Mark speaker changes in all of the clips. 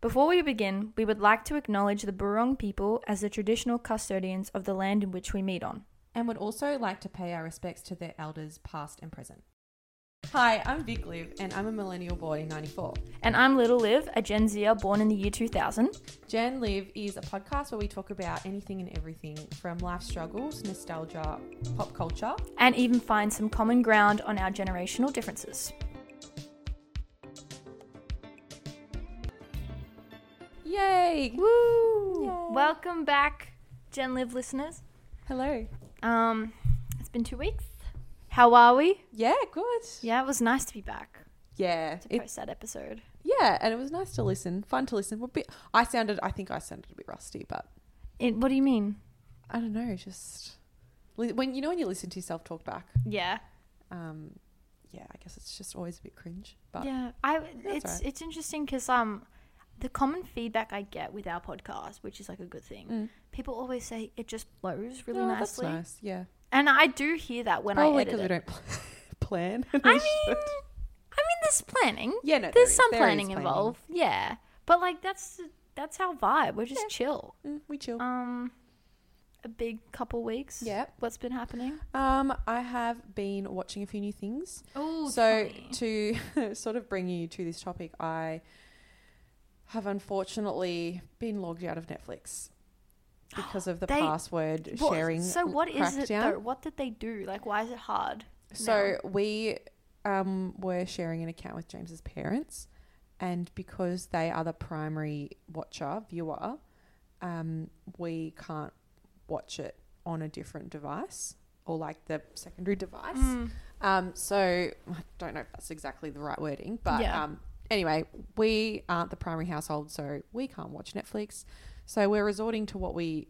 Speaker 1: Before we begin, we would like to acknowledge the Burong people as the traditional custodians of the land in which we meet on.
Speaker 2: and would also like to pay our respects to their elders, past and present. Hi, I'm Vic Liv, and I'm a millennial born in 94.
Speaker 1: And I'm Little Liv, a Gen Zer born in the year 2000.
Speaker 2: Gen Live is a podcast where we talk about anything and everything from life struggles, nostalgia, pop culture.
Speaker 1: and even find some common ground on our generational differences.
Speaker 2: Yay!
Speaker 1: Woo!
Speaker 2: Yay.
Speaker 1: Welcome back, Gen Live listeners.
Speaker 2: Hello.
Speaker 1: Um, it's been two weeks. How are we?
Speaker 2: Yeah, good.
Speaker 1: Yeah, it was nice to be back
Speaker 2: Yeah,
Speaker 1: to
Speaker 2: it,
Speaker 1: post that episode.
Speaker 2: yeah, and it was nice to listen, fun to listen. A bit, I sounded, I think I sounded a bit rusty, but
Speaker 1: It, what do you mean?
Speaker 2: I don't know, just li- when you know when you listen to yourself talk back.
Speaker 1: Yeah,
Speaker 2: Um, yeah, I guess it's just always a bit cringe, but
Speaker 1: yeah. I it's
Speaker 2: alright.
Speaker 1: it's interesting because um, the common feedback I get with our podcast, which is like a good thing,
Speaker 2: Mm.
Speaker 1: people always say it just flows really
Speaker 2: Oh,
Speaker 1: nicely,
Speaker 2: That's nice. Yeah.
Speaker 1: and I do hear that when I
Speaker 2: Probably
Speaker 1: edit
Speaker 2: because we
Speaker 1: it.
Speaker 2: don't plan.
Speaker 1: I mean, I mean, there's planning.
Speaker 2: yeah, no, there
Speaker 1: there's
Speaker 2: is-
Speaker 1: some
Speaker 2: there is
Speaker 1: planning involved yeah but like that's that's our vibe we're just
Speaker 2: Yeah.
Speaker 1: chill
Speaker 2: Mm, we chill.
Speaker 1: um a big couple weeks
Speaker 2: Yep.
Speaker 1: what's been happening
Speaker 2: Um, I have been watching a few new things.
Speaker 1: oh
Speaker 2: so to sort of bring you to this topic, I have unfortunately been logged out of Netflix because of the
Speaker 1: They-
Speaker 2: password sharing.
Speaker 1: so what is it
Speaker 2: crackdown.
Speaker 1: though what did they do like why is it hard
Speaker 2: So we um, were sharing an account with James's parents, and because they are the primary watcher viewer, um, we can't watch it on a different device or like the secondary device.
Speaker 1: Mm,
Speaker 2: Um, so I don't know if that's exactly the right wording, but
Speaker 1: Yeah.
Speaker 2: um, anyway, we aren't the primary household, so we can't watch Netflix. So we're resorting to what we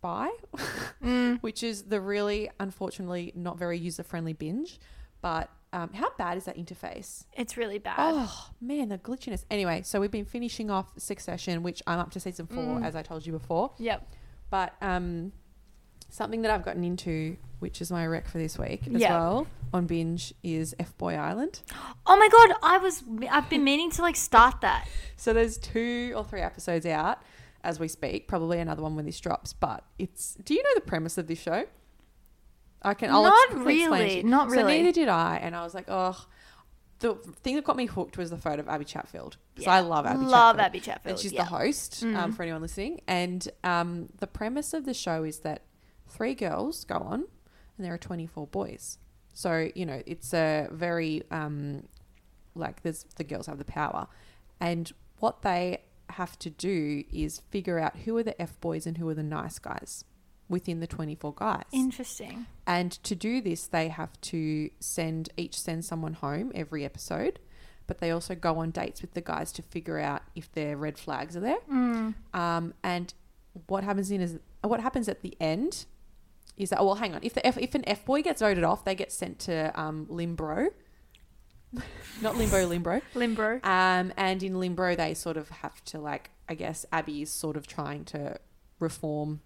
Speaker 2: buy
Speaker 1: mm.
Speaker 2: which is the really unfortunately not very user friendly binge. But um, how bad is that interface?
Speaker 1: it's really bad
Speaker 2: Oh man, the glitchiness. Anyway, so we've been finishing off Succession, which I'm up to season four,
Speaker 1: Mm.
Speaker 2: as I told you before.
Speaker 1: yep
Speaker 2: But um, something that I've gotten into, which is my rec for this week as
Speaker 1: Yeah.
Speaker 2: well on binge, is F Boy Island.
Speaker 1: oh my god i was i've been meaning to like start that
Speaker 2: So there's two or three episodes out as we speak. Probably another one when this drops. But it's. Do you know the premise of this show? I can. I'll
Speaker 1: Not
Speaker 2: quickly explain it to
Speaker 1: really,
Speaker 2: you.
Speaker 1: not
Speaker 2: So
Speaker 1: really.
Speaker 2: neither did I, and I was like, oh. The thing that got me hooked was the photo of Abby Chatfield. because
Speaker 1: Yeah.
Speaker 2: I love Abby.
Speaker 1: love
Speaker 2: Chatfield.
Speaker 1: abby chatfield
Speaker 2: And she's
Speaker 1: yeah. Mm-hmm.
Speaker 2: the host um, for anyone listening. And um, the premise of the show is that three girls go on, and there are twenty four boys. So you know it's a very um, like there's the girls have the power, and what they have to do is figure out who are the f boys and who are the nice guys within the twenty four guys.
Speaker 1: interesting
Speaker 2: And to do this, they have to send each send someone home every episode, but they also go on dates with the guys to figure out if their red flags are there.
Speaker 1: Mm.
Speaker 2: Um, and what happens in is what happens at the end is that oh, well, hang on, if the F, if an F boy gets voted off, they get sent to um, limbo. Not limbo, limbo.
Speaker 1: limbo
Speaker 2: Um, and in Limbo, they sort of have to like, I guess Abby is sort of trying to reform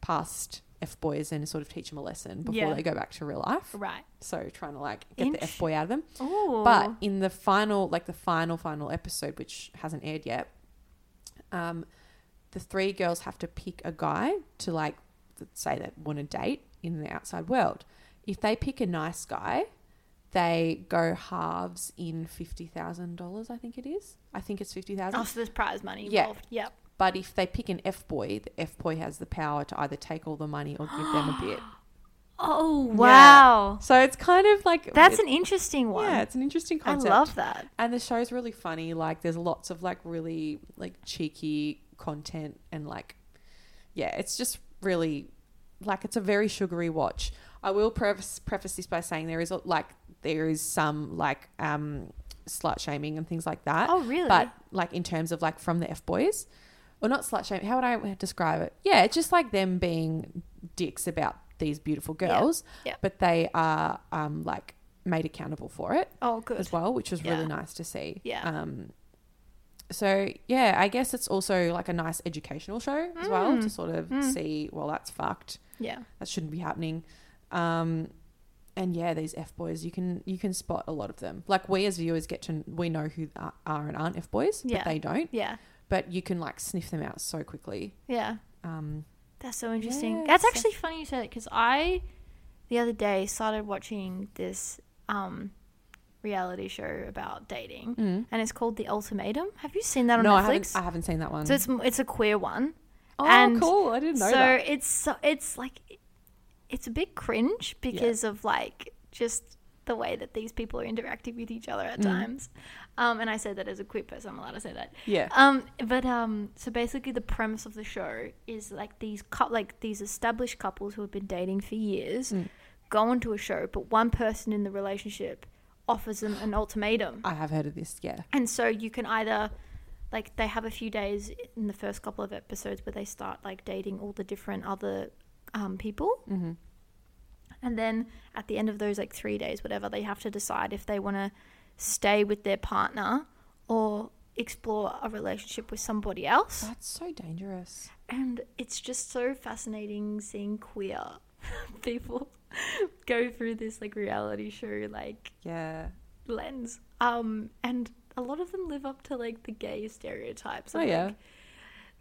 Speaker 2: past f boys and sort of teach them a lesson before
Speaker 1: Yeah.
Speaker 2: they go back to real life.
Speaker 1: right
Speaker 2: So trying to like get the
Speaker 1: Inch-
Speaker 2: f boy out of them.
Speaker 1: oh
Speaker 2: But in the final, like the final final episode, which hasn't aired yet, um, the three girls have to pick a guy to like th- say they want to date in the outside world. If they pick a nice guy, they go halves in fifty thousand dollars. I think it is. I think it's fifty thousand.
Speaker 1: oh so there's prize money
Speaker 2: Yeah.
Speaker 1: involved yep
Speaker 2: But if they pick an F boy, the F boy has the power to either take all the money or give them a bit.
Speaker 1: oh
Speaker 2: Yeah.
Speaker 1: wow
Speaker 2: So it's kind of like
Speaker 1: That's
Speaker 2: it's-
Speaker 1: an interesting one.
Speaker 2: yeah, it's an interesting
Speaker 1: I
Speaker 2: concept.
Speaker 1: love that.
Speaker 2: And the show's really funny. Like, there's lots of like really like cheeky content and like, yeah, it's just really like it's a very sugary watch. I will preface preface this by saying there is like there is some like um slut shaming and things like that.
Speaker 1: Oh, really?
Speaker 2: Uh, But like in terms of like from the f boys, or not slut shaming. How would I describe it? Yeah, it's just like them being dicks about these beautiful
Speaker 1: Yeah.
Speaker 2: girls,
Speaker 1: Yeah.
Speaker 2: but they are um like made accountable for it
Speaker 1: Oh, good.
Speaker 2: as well, which was really
Speaker 1: Yeah.
Speaker 2: nice to see.
Speaker 1: Yeah.
Speaker 2: Um, so yeah, I guess it's also like a nice educational show as well to sort of
Speaker 1: Mm.
Speaker 2: see, well, that's fucked.
Speaker 1: Yeah.
Speaker 2: That shouldn't be happening. Um, and yeah, these f boys, you can you can spot a lot of them. Like we as viewers get to we know who are are and aren't f boys,
Speaker 1: Yeah.
Speaker 2: but they don't.
Speaker 1: Yeah.
Speaker 2: but you can like sniff them out so quickly.
Speaker 1: Yeah.
Speaker 2: Um,
Speaker 1: That's so interesting.
Speaker 2: Yeah,
Speaker 1: That's
Speaker 2: so-
Speaker 1: actually funny you said it because I, the other day, started watching this um, reality show about dating, and it's called The Ultimatum. Have you seen Mm. that on
Speaker 2: Mm. no, I haven't.
Speaker 1: Netflix?
Speaker 2: I haven't seen that one.
Speaker 1: so it's m- it's a queer one.
Speaker 2: oh,
Speaker 1: and
Speaker 2: cool! I didn't know
Speaker 1: so
Speaker 2: that.
Speaker 1: it's so, it's like it's a bit cringe because of like just the way that these people are interacting with each other at
Speaker 2: Mm-hmm.
Speaker 1: times. Um, and I say that as a queer person, I'm allowed to say that.
Speaker 2: Yeah.
Speaker 1: Um, but um, so basically, the premise of the show is like these cou- like these established couples who have been dating for years
Speaker 2: Mm.
Speaker 1: go onto a show, but one person in the relationship offers them an ultimatum,
Speaker 2: I have heard of this. Yeah.
Speaker 1: and so you can either like they have a few days in the first couple of episodes where they start like dating all the different other um, people.
Speaker 2: Mm-hmm.
Speaker 1: And then at the end of those like three days, whatever, they have to decide if they want to stay with their partner or explore a relationship with somebody else.
Speaker 2: That's so dangerous.
Speaker 1: And it's just so fascinating seeing queer people go through this like reality show like
Speaker 2: Yeah.
Speaker 1: lens. Um, and a lot of them live up to like the gay stereotypes.
Speaker 2: Oh
Speaker 1: of,
Speaker 2: yeah.
Speaker 1: Like,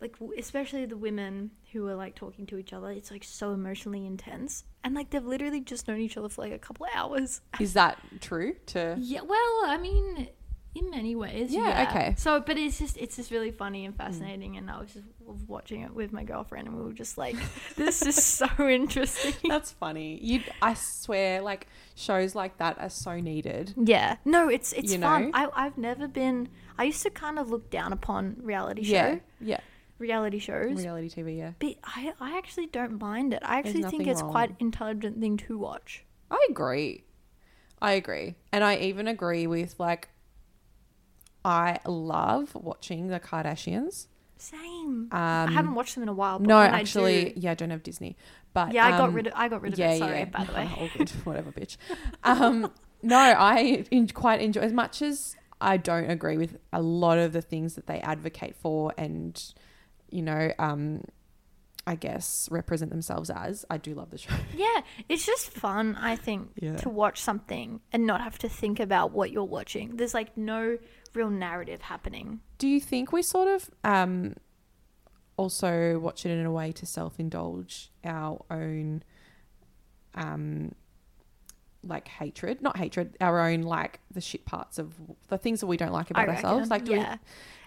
Speaker 1: like w- especially the women who are like talking to each other. It's like so emotionally intense. And like they've literally just known each other for like a couple of hours.
Speaker 2: Is that true? To
Speaker 1: Yeah, well, I mean, in many ways.
Speaker 2: Yeah, okay. Mm.
Speaker 1: So, but it's just it's just really funny and fascinating, and I was just w- watching it with my girlfriend, and we were just like, "This is so interesting."
Speaker 2: that's funny. You, I swear, like shows like that are so needed.
Speaker 1: yeah. No, it's it's
Speaker 2: You
Speaker 1: fun.
Speaker 2: know?
Speaker 1: I I've never been. I used to kind of look down upon reality show
Speaker 2: Yeah. Yeah.
Speaker 1: reality shows.
Speaker 2: Reality TV. Yeah.
Speaker 1: But I, I actually don't mind it. I
Speaker 2: There's
Speaker 1: actually think
Speaker 2: nothing
Speaker 1: it's
Speaker 2: wrong.
Speaker 1: quite intelligent thing to watch.
Speaker 2: I agree. I agree. And I even agree with like I love watching the Kardashians.
Speaker 1: Same. I
Speaker 2: Um,
Speaker 1: haven't watched them in a while. But
Speaker 2: no,
Speaker 1: when
Speaker 2: actually,
Speaker 1: I do,
Speaker 2: yeah, I don't have Disney. But
Speaker 1: yeah, I got
Speaker 2: um,
Speaker 1: rid of I got rid of it. Sorry, by the way.
Speaker 2: All good. Whatever, bitch. Um, no, I in, quite enjoy as much as I don't agree with a lot of the things that they advocate for, and you know, um, I guess represent themselves as. I do love the show.
Speaker 1: Yeah, it's just fun, I think,
Speaker 2: Yeah.
Speaker 1: to watch something and not have to think about what you're watching. There's like no real narrative happening.
Speaker 2: Do you think we sort of um, also watch it in a way to self indulge our own um, like hatred? Not hatred, our own like the shit parts of the things that we don't like about ourselves. Like, do we-
Speaker 1: yeah,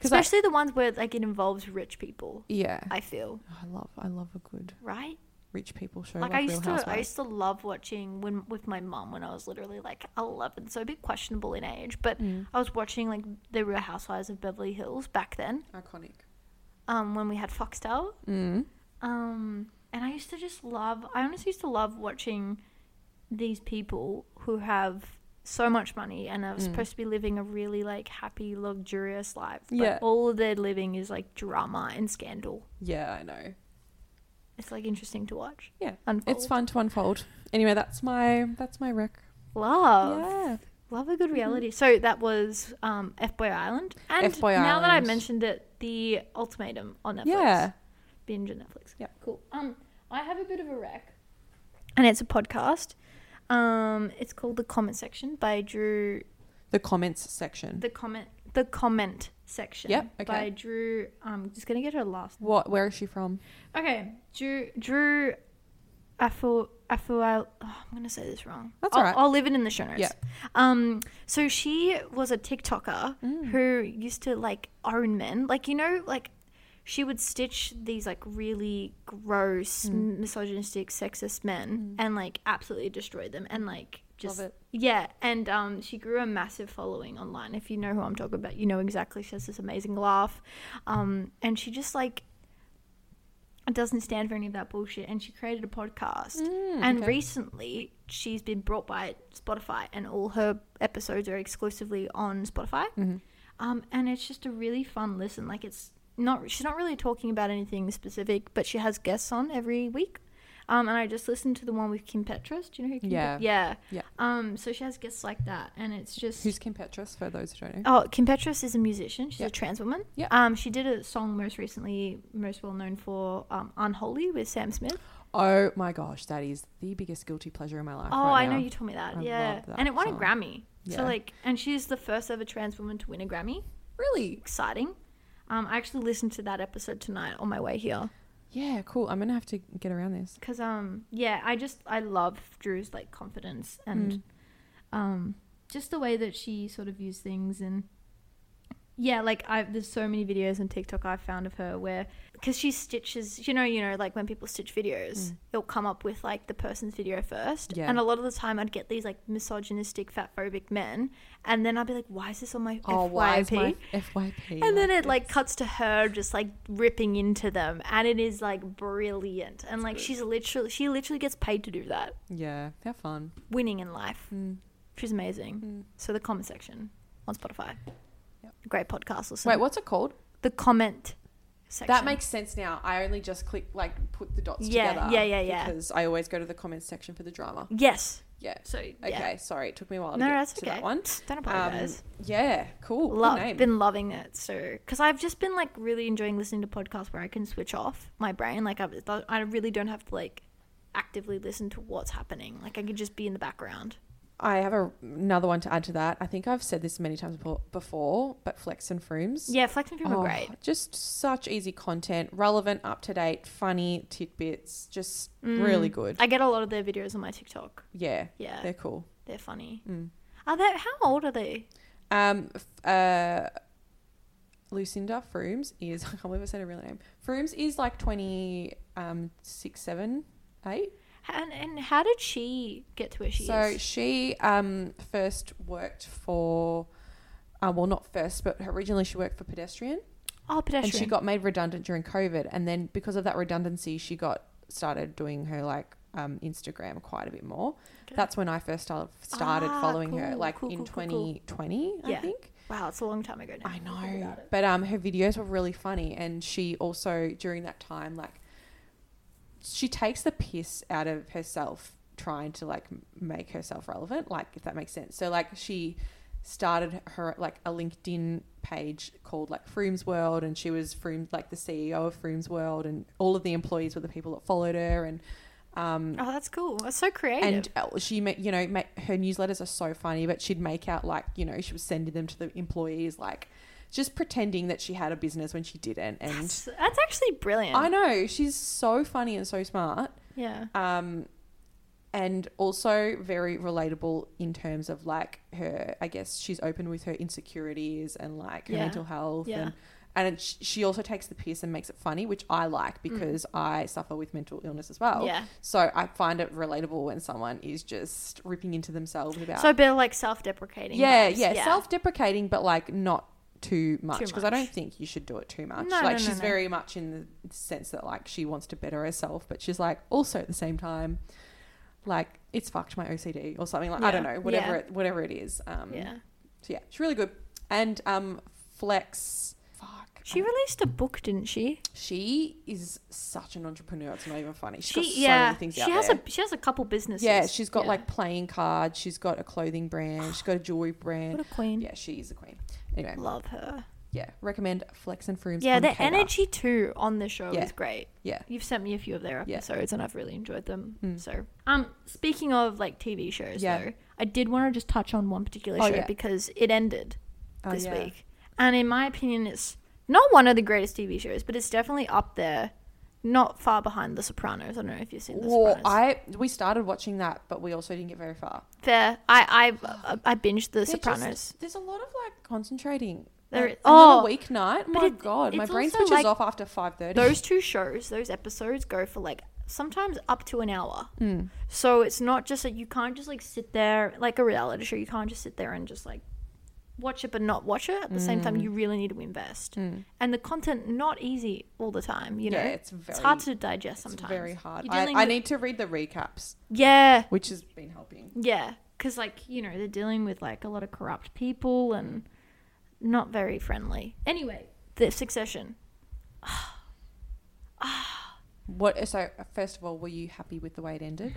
Speaker 2: 'cause I-
Speaker 1: especially the ones where like it involves rich people.
Speaker 2: yeah.
Speaker 1: I feel
Speaker 2: I love, I love a good
Speaker 1: right.
Speaker 2: rich people show.
Speaker 1: Like,
Speaker 2: Like,
Speaker 1: I used
Speaker 2: Real
Speaker 1: to, I
Speaker 2: Housewives.
Speaker 1: used to love watching when with my mum when I was literally like eleven, so a bit questionable in age. But
Speaker 2: Mm.
Speaker 1: I was watching like the Real Housewives of Beverly Hills back then,
Speaker 2: iconic.
Speaker 1: um, when we had Foxtel.
Speaker 2: Mm.
Speaker 1: Um, and I used to just love, I honestly used to love watching these people who have so much money and
Speaker 2: Mm.
Speaker 1: are supposed to be living a really like happy, luxurious life. But
Speaker 2: Yeah.
Speaker 1: all they're living is like drama and scandal.
Speaker 2: Yeah, I know.
Speaker 1: It's like interesting to watch.
Speaker 2: Yeah,
Speaker 1: Unfold.
Speaker 2: it's fun to unfold. Anyway, that's my that's my rec.
Speaker 1: Love.
Speaker 2: yeah,
Speaker 1: Love a good
Speaker 2: Mm-hmm.
Speaker 1: reality. So that was um, F Boy Island. And
Speaker 2: F Boy
Speaker 1: now that I
Speaker 2: Island.
Speaker 1: mentioned it, the ultimatum on Netflix.
Speaker 2: yeah.
Speaker 1: binge on Netflix.
Speaker 2: Yep.
Speaker 1: Cool. Um, I have a bit of a rec, and it's a podcast. Um, it's called the Comment Section by Drew.
Speaker 2: The comments section.
Speaker 1: The comment. The comment section.
Speaker 2: Yep, okay.
Speaker 1: By Drew. I'm just gonna get her last.
Speaker 2: what? Where is she from?
Speaker 1: Okay. Drew. Drew. Afu. Afu. Oh, I'm gonna say this wrong.
Speaker 2: That's
Speaker 1: I'll,
Speaker 2: alright.
Speaker 1: I'll leave it in the show notes.
Speaker 2: Yeah.
Speaker 1: Um. So she was a TikToker
Speaker 2: Mm.
Speaker 1: who used to like own men. Like you know, like she would stitch these like really
Speaker 2: Mm.
Speaker 1: gross, misogynistic, sexist men and like absolutely destroy them and like just
Speaker 2: it.
Speaker 1: yeah. And um, she grew a massive following online. If you know who I'm talking about, you know exactly. She has this amazing laugh, um, and she just like doesn't stand for any of that bullshit. And she created a podcast. and
Speaker 2: Mm, okay.
Speaker 1: recently, she's been brought by Spotify, and all her episodes are exclusively on Spotify.
Speaker 2: Mm-hmm.
Speaker 1: Um, and it's just a really fun listen. Like it's not she's not really talking about anything specific, but she has guests on every week. Um, and I just listened to the one with Kim Petras. Do you know who Kim? Pe-
Speaker 2: Yeah.
Speaker 1: yeah,
Speaker 2: Yeah.
Speaker 1: Um, so she has guests like that, and it's just
Speaker 2: Who's Kim Petras? For those who don't know.
Speaker 1: Oh, Kim Petras is a musician. She's
Speaker 2: Yeah.
Speaker 1: a trans woman.
Speaker 2: Yeah.
Speaker 1: Um, she did a song most recently, most well known for um, "Unholy" with Sam Smith.
Speaker 2: Oh my gosh, that is the biggest guilty pleasure in my life.
Speaker 1: Oh,
Speaker 2: right
Speaker 1: I know
Speaker 2: now.
Speaker 1: you told me that.
Speaker 2: I
Speaker 1: yeah,
Speaker 2: love that
Speaker 1: and it won
Speaker 2: song.
Speaker 1: a Grammy.
Speaker 2: Yeah.
Speaker 1: So like, and she's the first ever trans woman to win a Grammy.
Speaker 2: Really?
Speaker 1: Exciting. Um, I actually listened to that episode tonight on my way here
Speaker 2: Yeah, cool. I'm gonna have to get around this.
Speaker 1: because um, yeah, I just I love Drew's like confidence and
Speaker 2: Mm.
Speaker 1: um, just the way that she sort of views things and yeah, like I there's so many videos on TikTok I've found of her where because she stitches, you know, you know, like when people stitch videos,
Speaker 2: Mm.
Speaker 1: it'll come up with like the person's video first,
Speaker 2: Yeah.
Speaker 1: and a lot of the time I'd get these like misogynistic, fatphobic men, and then I'd be like, why is this on my
Speaker 2: Oh,
Speaker 1: FYP?
Speaker 2: FYP?
Speaker 1: and then it like
Speaker 2: it's-
Speaker 1: cuts to her just like ripping into them and it is like brilliant and like
Speaker 2: good.
Speaker 1: she's literally she literally gets paid to do that
Speaker 2: Yeah, have fun.
Speaker 1: winning in life
Speaker 2: Mm,
Speaker 1: she's amazing
Speaker 2: mm.
Speaker 1: so the comment section on spotify
Speaker 2: Yep.
Speaker 1: great podcast listen
Speaker 2: Wait, what's it called?
Speaker 1: the comment section
Speaker 2: That makes sense now. I only just click like put the dots
Speaker 1: Yeah,
Speaker 2: together.
Speaker 1: yeah, yeah, yeah.
Speaker 2: Because I always go to the comments section for the drama.
Speaker 1: yes
Speaker 2: Yeah.
Speaker 1: so
Speaker 2: Okay.
Speaker 1: yeah
Speaker 2: Sorry, it took me a while to
Speaker 1: no
Speaker 2: get
Speaker 1: that's
Speaker 2: to
Speaker 1: okay
Speaker 2: that one.
Speaker 1: don't
Speaker 2: Um,
Speaker 1: apologize
Speaker 2: yeah, cool. Good
Speaker 1: Love,
Speaker 2: name.
Speaker 1: been loving it so because I've just been like really enjoying listening to podcasts where I can switch off my brain. Like I, I really don't have to like actively listen to what's happening. Like I could just be in the background.
Speaker 2: I have a, another one to add to that. I think I've said this many times befo- before, but Flex and Frooms.
Speaker 1: Yeah, Flex and Fume
Speaker 2: Oh,
Speaker 1: are great.
Speaker 2: Just such easy content, relevant, up to date, funny tidbits. Just
Speaker 1: Mm.
Speaker 2: really good.
Speaker 1: I get a lot of their videos on my TikTok.
Speaker 2: yeah,
Speaker 1: Yeah,
Speaker 2: they're
Speaker 1: they're,
Speaker 2: cool.
Speaker 1: funny.
Speaker 2: Mm.
Speaker 1: Are they? How old are they?
Speaker 2: Um, f- uh, Lucinda Frooms is I can't believe I said her real name. Frooms is like twenty um six, seven, eight.
Speaker 1: And and how did she get to where she
Speaker 2: so
Speaker 1: is?
Speaker 2: she um first worked for, uh, well not first, but originally she worked for Pedestrian.
Speaker 1: Oh, pedestrian.
Speaker 2: And she got made redundant during COVID. And then because of that redundancy, she got started doing her like um, Instagram quite a bit more.
Speaker 1: Okay.
Speaker 2: That's when I first started, started
Speaker 1: Ah,
Speaker 2: following her,
Speaker 1: cool,
Speaker 2: like
Speaker 1: cool,
Speaker 2: in
Speaker 1: cool, cool, cool.
Speaker 2: 2020, I
Speaker 1: Yeah.
Speaker 2: think.
Speaker 1: wow, it's a long time ago now.
Speaker 2: I
Speaker 1: Think
Speaker 2: know.
Speaker 1: about it.
Speaker 2: But um, her videos were really funny. And she also, during that time, like, she takes the piss out of herself trying to like m- make herself relevant, like, if that makes sense. So, like, she started her like a LinkedIn page called like Frooms World, and she was Frooms, like the CEO of Frooms World, and all of the employees were the people that followed her. And, um,
Speaker 1: Oh, that's cool. That's so creative.
Speaker 2: and uh, she ma- you know ma- her newsletters are so funny but she'd make out like you know she was sending them to the employees like just pretending that she had a business when she didn't and
Speaker 1: that's, that's actually brilliant.
Speaker 2: i know she's so funny and so smart
Speaker 1: Yeah.
Speaker 2: um and also very relatable in terms of like her i guess she's open with her insecurities and like her
Speaker 1: Yeah.
Speaker 2: mental health
Speaker 1: Yeah.
Speaker 2: and and it, sh- she also takes the piss and makes it funny which i
Speaker 1: Mm.
Speaker 2: like because i suffer with mental illness as well
Speaker 1: yeah.
Speaker 2: so I find it relatable when someone is just ripping into themselves about.
Speaker 1: So a bit of, like self-deprecating.
Speaker 2: yeah,
Speaker 1: vibes.
Speaker 2: yeah, self-deprecating, but like not too much
Speaker 1: Too
Speaker 2: because I don't
Speaker 1: much.
Speaker 2: think you should do it too much.
Speaker 1: No,
Speaker 2: like
Speaker 1: no, no,
Speaker 2: she's
Speaker 1: no.
Speaker 2: very much in the sense that like she wants to better herself, but she's like also at the same time, like it's fucked my OCD or something like I
Speaker 1: Yeah.
Speaker 2: don't know whatever
Speaker 1: Yeah.
Speaker 2: it, whatever it is. Um,
Speaker 1: Yeah.
Speaker 2: So yeah, she's really good and um flex. Fuck.
Speaker 1: She
Speaker 2: um,
Speaker 1: released a book, didn't she?
Speaker 2: she is such an entrepreneur. It's not even funny. She's got so
Speaker 1: she
Speaker 2: many
Speaker 1: yeah.
Speaker 2: things
Speaker 1: she
Speaker 2: out
Speaker 1: has
Speaker 2: there.
Speaker 1: a she has a couple businesses.
Speaker 2: Yeah, she's got
Speaker 1: Yeah.
Speaker 2: like playing cards. She's got a clothing brand. She's got a jewelry
Speaker 1: what
Speaker 2: brand.
Speaker 1: a queen.
Speaker 2: Yeah, she is a queen. Anyway,
Speaker 1: Love her.
Speaker 2: yeah, recommend Flex and Frooms.
Speaker 1: Yeah,
Speaker 2: on
Speaker 1: the
Speaker 2: Kava.
Speaker 1: energy too on the show
Speaker 2: Yeah.
Speaker 1: is great.
Speaker 2: Yeah.
Speaker 1: You've sent me a few of their
Speaker 2: Yeah.
Speaker 1: episodes and I've really enjoyed them.
Speaker 2: Mm.
Speaker 1: So, um speaking of like TV shows
Speaker 2: Yeah.
Speaker 1: though, I did want to just touch on one particular
Speaker 2: Oh,
Speaker 1: show
Speaker 2: yeah.
Speaker 1: because it ended
Speaker 2: Oh,
Speaker 1: this
Speaker 2: yeah.
Speaker 1: week. And in my opinion it's not one of the greatest TV shows, but it's definitely up there. Not far behind The Sopranos. I don't know if you've seen The
Speaker 2: Well,
Speaker 1: Sopranos.
Speaker 2: I we started watching that, but we also didn't get very far.
Speaker 1: Fair. I I I binged The
Speaker 2: They're just-
Speaker 1: Sopranos.
Speaker 2: there's a lot of like concentrating.
Speaker 1: There-
Speaker 2: Like, another
Speaker 1: oh,
Speaker 2: weeknight.
Speaker 1: but
Speaker 2: My
Speaker 1: it-
Speaker 2: god, my
Speaker 1: it's
Speaker 2: brain
Speaker 1: also,
Speaker 2: switches
Speaker 1: like,
Speaker 2: off after five thirty.
Speaker 1: Those two shows, those episodes go for like sometimes up to an hour.
Speaker 2: Mm.
Speaker 1: So it's not just that you can't just like sit there like a reality show. You can't just sit there and just like watch it but not watch it. At the same
Speaker 2: Hmm.
Speaker 1: time, you really need to invest.
Speaker 2: Mm.
Speaker 1: And the content not easy all the time. You know,
Speaker 2: yeah,
Speaker 1: it's,
Speaker 2: it's very
Speaker 1: hard to digest
Speaker 2: it's
Speaker 1: sometimes.
Speaker 2: very hard.
Speaker 1: You're
Speaker 2: I,
Speaker 1: dealing
Speaker 2: I
Speaker 1: with-
Speaker 2: need to read the recaps,
Speaker 1: Yeah,
Speaker 2: which has been helping.
Speaker 1: yeah, because like you know they're dealing with like a lot of corrupt people and not very friendly. Anyway, the Succession.
Speaker 2: What? So first of all, were you happy with the way it ended?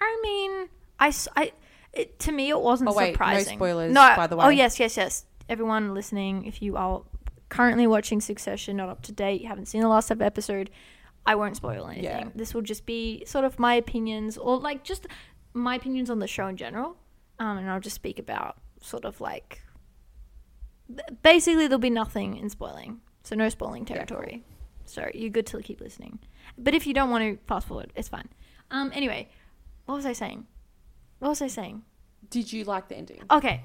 Speaker 1: I mean, I, s- I- it, to me it wasn't
Speaker 2: Oh, wait, no
Speaker 1: surprising.
Speaker 2: spoilers, by the
Speaker 1: Oh
Speaker 2: way.
Speaker 1: yes, yes, yes. Everyone listening, if you are currently watching Succession, not up to date, you haven't seen the last episode, I won't spoil anything.
Speaker 2: Yeah.
Speaker 1: This will just be sort of my opinions or like just my opinions on the show in general, um, and I'll just speak about sort of like. Basically, there'll be nothing in spoiling. So no spoiling territory. So you're good to keep listening. But if you don't want to fast forward, it's fine. Um anyway, what was I saying? What was I saying?
Speaker 2: Did you like the ending?
Speaker 1: Okay.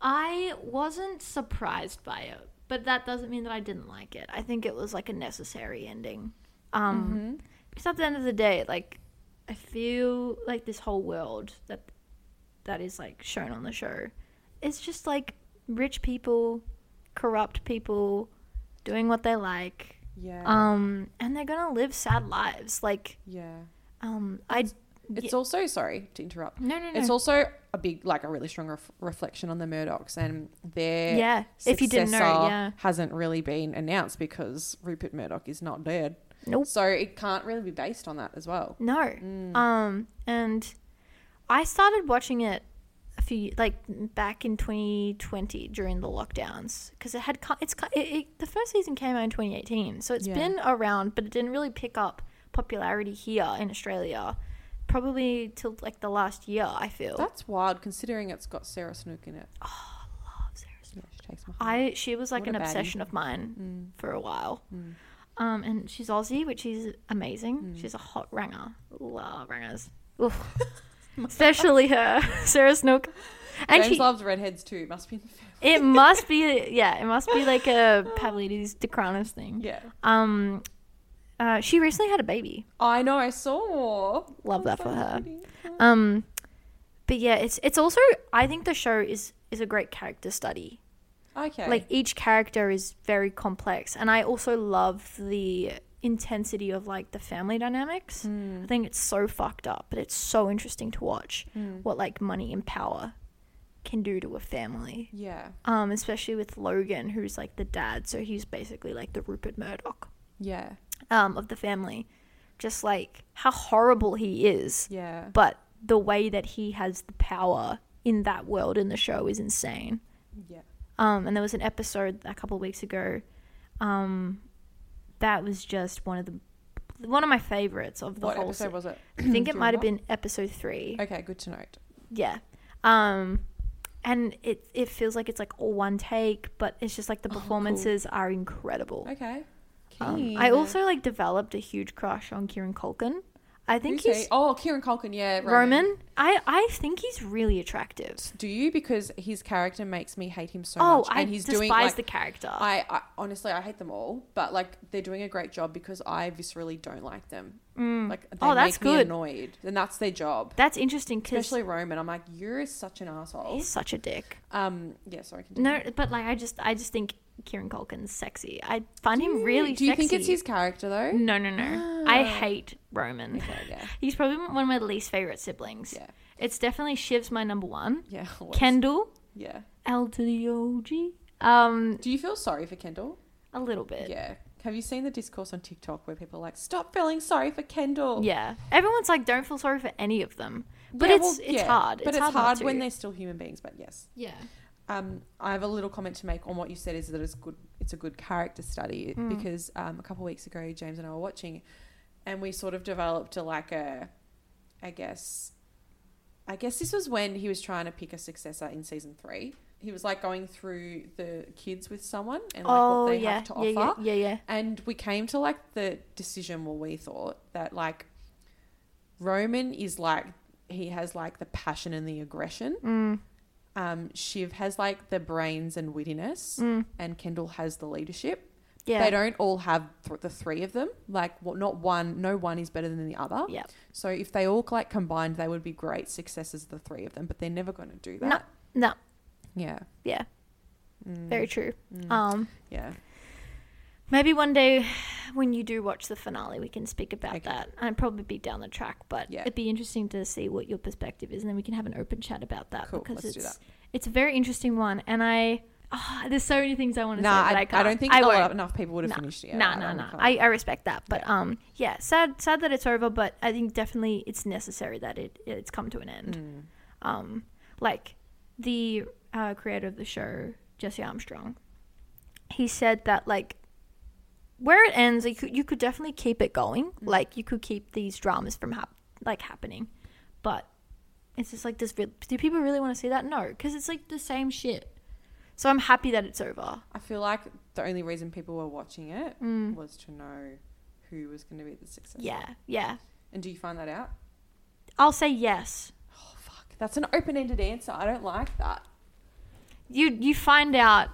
Speaker 1: I wasn't surprised by it, but that doesn't mean that I didn't like it. I think it was like a necessary ending.
Speaker 2: Mm-hmm.
Speaker 1: Um because at the end of the day, like I feel like this whole world that that is like shown on the show, it's just like rich people, corrupt people, doing what they like,
Speaker 2: Yeah.
Speaker 1: um, and they're gonna live sad lives. Like,
Speaker 2: yeah.
Speaker 1: um, I
Speaker 2: It's also sorry to interrupt.
Speaker 1: no no no.
Speaker 2: It's also a big, like a really strong ref- reflection on the Murdochs and their
Speaker 1: yeah, if you didn't know,
Speaker 2: successor
Speaker 1: yeah,
Speaker 2: hasn't really been announced because Rupert Murdoch is not dead.
Speaker 1: Nope.
Speaker 2: So it can't really be based on that as well.
Speaker 1: no.
Speaker 2: Mm.
Speaker 1: Um, and I started watching it a few like back in 2020 during the lockdowns because it had co- it's co- it, it, the first season came out in 2018, so it's
Speaker 2: Yeah.
Speaker 1: been around, but it didn't really pick up popularity here in Australia. Probably till like the last year, I feel.
Speaker 2: That's wild considering it's got Sarah Snook in it.
Speaker 1: Oh, seriously.
Speaker 2: Yeah, she takes my heart.
Speaker 1: I she was like an
Speaker 2: What a baddie.
Speaker 1: obsession of mine
Speaker 2: Mm.
Speaker 1: for a while.
Speaker 2: Mm.
Speaker 1: Um, and she's Aussie, which is amazing.
Speaker 2: Mm.
Speaker 1: She's a hot ranger. Love rangers. Oof. Especially her, Sarah Snook. And
Speaker 2: James
Speaker 1: she,
Speaker 2: loves redheads too. Must be in the family.
Speaker 1: it must be, yeah, it must be like a Pavlidis Decranis thing.
Speaker 2: Yeah.
Speaker 1: Um, uh, she recently had a baby.
Speaker 2: I know. I saw.
Speaker 1: Love
Speaker 2: That's
Speaker 1: that for her.
Speaker 2: pretty.
Speaker 1: Um, but yeah, it's it's also I think the show is is a great character study.
Speaker 2: Okay.
Speaker 1: like each character is very complex and i also love the intensity of like the family dynamics i think it's so fucked up but it's so interesting to watch what like money and power can do to a family
Speaker 2: yeah.
Speaker 1: um especially with logan who's like the dad so he's basically like the rupert murdoch
Speaker 2: Yeah.
Speaker 1: um of the family just like how horrible he is
Speaker 2: Yeah.
Speaker 1: but the way that he has the power in that world in the show is insane
Speaker 2: Yeah.
Speaker 1: um, and there was an episode a couple of weeks ago um, that was just one of the one of my favorites of the
Speaker 2: What
Speaker 1: whole.
Speaker 2: episode
Speaker 1: se-
Speaker 2: was it?
Speaker 1: I think
Speaker 2: Do
Speaker 1: it
Speaker 2: you
Speaker 1: might have
Speaker 2: remember?
Speaker 1: been episode three.
Speaker 2: Okay. Good to note.
Speaker 1: Yeah, um, and it it feels like it's like all one take, but it's just like the
Speaker 2: Oh, cool.
Speaker 1: performances are incredible.
Speaker 2: Okay.
Speaker 1: Um,
Speaker 2: Keen.
Speaker 1: I also like developed a huge crush on Kieran Culkin. I think
Speaker 2: Who's
Speaker 1: he's
Speaker 2: he? Oh, Kieran Culkin. Yeah.
Speaker 1: Roman. I I think he's really attractive.
Speaker 2: Do you? Because his character makes me hate him so
Speaker 1: oh,
Speaker 2: much,
Speaker 1: I
Speaker 2: and he's
Speaker 1: despise
Speaker 2: doing like
Speaker 1: the character.
Speaker 2: I, I honestly I hate them all, but like they're doing a great job because I viscerally don't like them.
Speaker 1: Mm.
Speaker 2: Like they
Speaker 1: Oh, that's
Speaker 2: make me
Speaker 1: good.
Speaker 2: annoyed, and that's their job.
Speaker 1: That's interesting because
Speaker 2: Especially Roman, I'm like you're such an asshole.
Speaker 1: he's such a dick.
Speaker 2: Um, yeah, sorry. Continue.
Speaker 1: No, but like I just I just think Kieran Culkin's sexy. I find him
Speaker 2: Do
Speaker 1: really
Speaker 2: you- Do you think it's
Speaker 1: sexy.
Speaker 2: his character though?
Speaker 1: No, no, no. I
Speaker 2: Ah.
Speaker 1: hate Roman.
Speaker 2: Okay, yeah,
Speaker 1: He's probably one of my least favorite siblings.
Speaker 2: Yeah.
Speaker 1: It's definitely Shiv's my number one.
Speaker 2: yeah. what's-
Speaker 1: Kendall,
Speaker 2: Yeah.
Speaker 1: L to the OG. Um,
Speaker 2: Do you feel sorry for Kendall?
Speaker 1: a little bit. Yeah.
Speaker 2: Yeah. Have you seen the discourse on TikTok where people are like, "Stop feeling sorry for Kendall"?
Speaker 1: Everyone's like, don't feel sorry for any of them. But
Speaker 2: Yeah,
Speaker 1: it's
Speaker 2: well,
Speaker 1: it's
Speaker 2: yeah,
Speaker 1: hard.
Speaker 2: But it's,
Speaker 1: not
Speaker 2: hard when
Speaker 1: to.
Speaker 2: they're still human beings. But yes.
Speaker 1: yeah.
Speaker 2: Um, I have a little comment to make on what you said is that it's good. It's a good character study
Speaker 1: Mm.
Speaker 2: because um, a couple of weeks ago, James and I were watching, and we sort of developed a like a, I guess, I guess this was when he was trying to pick a successor in season three. He was like going through the kids with someone and like
Speaker 1: oh
Speaker 2: what they
Speaker 1: yeah.
Speaker 2: have to
Speaker 1: yeah, yeah,
Speaker 2: offer,
Speaker 1: yeah, yeah.
Speaker 2: and we came to like the decision where we thought that like Roman is like he has like the passion and the aggression
Speaker 1: Mm,
Speaker 2: um, Shiv has like the brains and wittiness,
Speaker 1: mm,
Speaker 2: and Kendall has the leadership.
Speaker 1: yeah.
Speaker 2: They don't all have th- the three of them. Like, what? Not one. No one is better than the other.
Speaker 1: Yep.
Speaker 2: So if they all like combined, they would be great successes. The three of them, but they're never going to do
Speaker 1: No.
Speaker 2: that.
Speaker 1: No.
Speaker 2: Yeah.
Speaker 1: Yeah.
Speaker 2: Mm,
Speaker 1: Very true.
Speaker 2: mm,
Speaker 1: Um.
Speaker 2: yeah.
Speaker 1: Maybe one day when you do watch the finale, we can speak about
Speaker 2: Okay.
Speaker 1: that. I'd probably be down the track, but
Speaker 2: Yeah.
Speaker 1: it'd be interesting to see what your perspective is, and then we can have an open chat about that
Speaker 2: Cool,
Speaker 1: because
Speaker 2: let's
Speaker 1: it's
Speaker 2: do
Speaker 1: it's a very interesting one. And I, ah, there's so many things I want to
Speaker 2: Nah,
Speaker 1: say, but I,
Speaker 2: I, I
Speaker 1: can't.
Speaker 2: don't think a lot- enough people would have
Speaker 1: Nah.
Speaker 2: finished it.
Speaker 1: no, no, no. I, I respect that, but um, yeah, sad sad that it's over, but I think definitely it's necessary that it it's come to an end. Um, like the uh, creator of the show, Jesse Armstrong, he said that like where it ends, like, you you could definitely keep it going. Like you could keep these dramas from hap- like happening, but it's just like this. Re- do people really want to see that? No, because it's like the same shit. So I'm happy that it's over.
Speaker 2: I feel like the only reason people were watching it
Speaker 1: Mm.
Speaker 2: was to know who was going to be the successor.
Speaker 1: Yeah, yeah.
Speaker 2: And do you find that out?
Speaker 1: I'll say yes.
Speaker 2: Oh fuck, that's an open-ended answer. I don't like that.
Speaker 1: You you find out.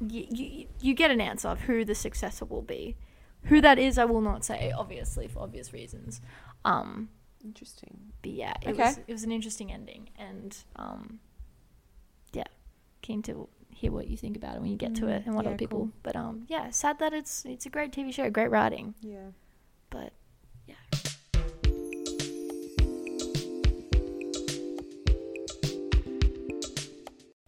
Speaker 1: You, you, you get an answer of who the successor will be. Who that is, I will not say, obviously, for obvious reasons. Um,
Speaker 2: Interesting.
Speaker 1: but yeah, it
Speaker 2: Okay.
Speaker 1: was it was an interesting ending, and um, yeah, keen to hear what you think about it when you get to it
Speaker 2: Mm,
Speaker 1: and what
Speaker 2: yeah,
Speaker 1: other people.
Speaker 2: cool.
Speaker 1: But um, yeah, sad that it's it's a great TV show, great writing,
Speaker 2: Yeah.
Speaker 1: but yeah.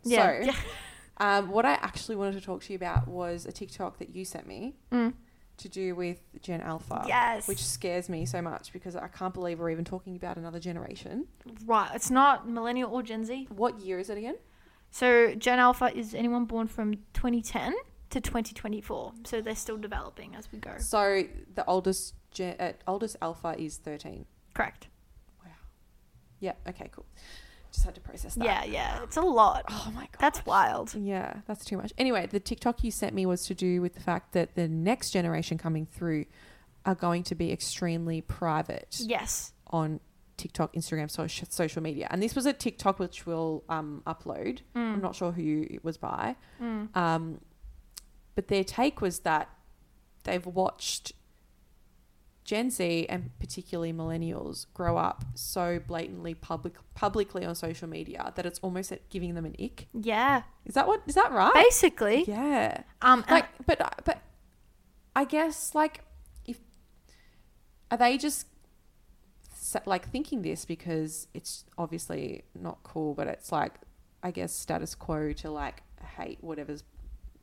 Speaker 1: Yeah.
Speaker 2: So,
Speaker 1: yeah.
Speaker 2: um, what I actually wanted to talk to you about was a TikTok that you sent me
Speaker 1: Mm.
Speaker 2: to do with Gen Alpha.
Speaker 1: Yes.
Speaker 2: Which scares me so much because I can't believe we're even talking about another generation.
Speaker 1: Right. It's not millennial or Gen Z.
Speaker 2: What year is it again?
Speaker 1: So Gen Alpha is anyone born from 2010 to 2024. So they're still developing as we go.
Speaker 2: So the oldest gen, uh, oldest alpha is 13.
Speaker 1: Correct.
Speaker 2: Yeah, okay, cool. Just had to process that.
Speaker 1: Yeah, yeah. It's a lot.
Speaker 2: Oh my god.
Speaker 1: That's wild.
Speaker 2: Yeah, that's too much. Anyway, the TikTok you sent me was to do with the fact that the next generation coming through are going to be extremely private
Speaker 1: Yes.
Speaker 2: on TikTok, Instagram, so- social media. And this was a TikTok which will um, upload.
Speaker 1: Mm.
Speaker 2: I'm not sure who it was by. Um, but their take was that they've watched Gen Z and particularly millennials grow up so blatantly public publicly on social media that it's almost giving them an ick.
Speaker 1: Yeah.
Speaker 2: Is that what is that right?
Speaker 1: Basically.
Speaker 2: Ah. Yeah.
Speaker 1: Um. and-
Speaker 2: Like, but uh, but I guess like if are they just sa- like thinking this because it's obviously not cool, but it's like I guess status quo to like hate whatever's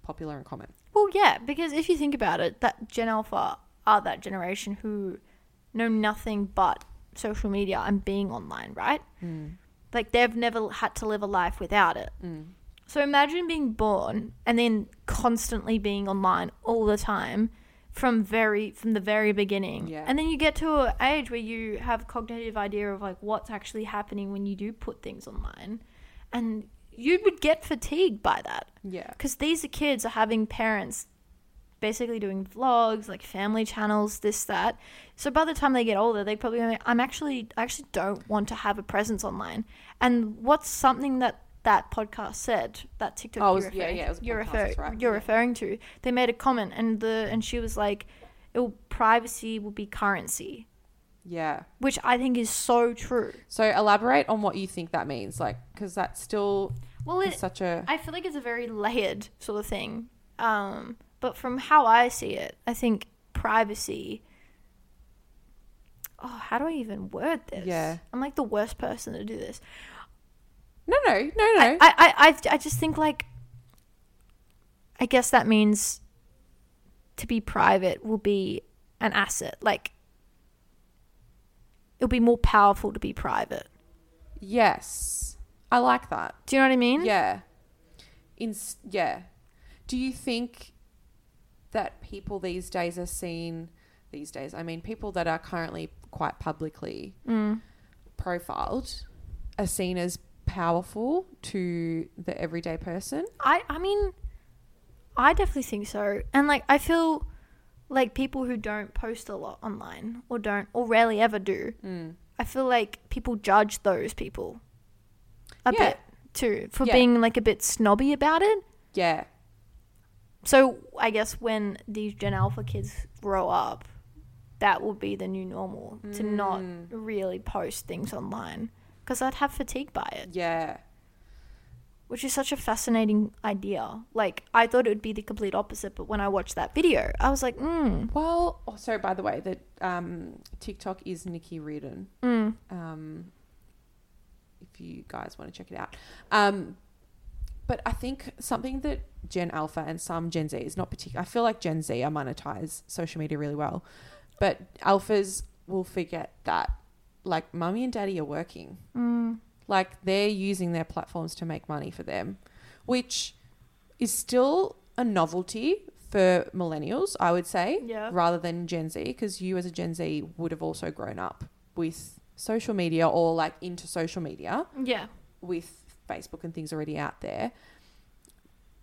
Speaker 2: popular and common.
Speaker 1: well, yeah. Because if you think about it, that Gen Alpha are that generation who know nothing but social media and being online, right? Like they've never had to live a life without it.
Speaker 2: Mm.
Speaker 1: So imagine being born and then constantly being online all the time from very from the very beginning.
Speaker 2: Yeah.
Speaker 1: And then you get to an age where you have cognitive idea of like what's actually happening when you do put things online. And you would get fatigued by that
Speaker 2: Yeah.
Speaker 1: because these kids are having parents basically doing vlogs like family channels this that so by the time they get older they probably go, i'm actually i actually don't want to have a presence online and what's something that that podcast said that tiktok
Speaker 2: Oh, it
Speaker 1: you're
Speaker 2: was-
Speaker 1: referring,
Speaker 2: yeah, yeah, it was a
Speaker 1: you're,
Speaker 2: podcast,
Speaker 1: refer-
Speaker 2: that's right,
Speaker 1: you're
Speaker 2: yeah.
Speaker 1: referring to they made a comment and the and she was like it will, privacy will be currency
Speaker 2: Yeah.
Speaker 1: which i think is so true
Speaker 2: So elaborate on what you think that means, like because that's still
Speaker 1: well
Speaker 2: is such a
Speaker 1: I feel like it's a very layered sort of thing. Um, but from how I see it, I think privacy. Oh, how do I even word this?
Speaker 2: Yeah.
Speaker 1: I'm like the worst person to do this.
Speaker 2: no no no no.
Speaker 1: I, I, I, I- I just think like. I guess that means to be private will be an asset. Like, it'll be more powerful to be private.
Speaker 2: yes, I like that.
Speaker 1: Do you know what I mean?
Speaker 2: Yeah. In yeah. Do you think that people these days are seen these days? I mean, people that are currently quite publicly
Speaker 1: Mm.
Speaker 2: profiled are seen as powerful to the everyday person.
Speaker 1: I I mean, I definitely think so. And like I feel like people who don't post a lot online or don't or rarely ever do,
Speaker 2: Mm.
Speaker 1: I feel like people judge those people a
Speaker 2: Yeah.
Speaker 1: bit too for
Speaker 2: Yeah.
Speaker 1: being like a bit snobby about it.
Speaker 2: Yeah.
Speaker 1: So I guess when these Gen Alpha kids grow up, that will be the new normal to
Speaker 2: Mm.
Speaker 1: not really post things online because I'd have fatigue by it
Speaker 2: Yeah.
Speaker 1: which is such a fascinating idea. Like I thought it would be the complete opposite, but when I watched that video, I was like, mm,
Speaker 2: Well, also by the way, that um, TikTok is Nikki Reardon.
Speaker 1: mm.
Speaker 2: um, if you guys want to check it out. Um, but I think something that Gen Alpha and some Gen Z is not particular. I feel like Gen Z are monetize social media really well, but alphas will forget that like mummy and daddy are working.
Speaker 1: mm.
Speaker 2: Like they're using their platforms to make money for them, which is still a novelty for millennials, I would say
Speaker 1: yeah,
Speaker 2: rather than Gen Z because you as a Gen Z would have also grown up with social media or like into social media
Speaker 1: yeah,
Speaker 2: with Facebook and things already out there.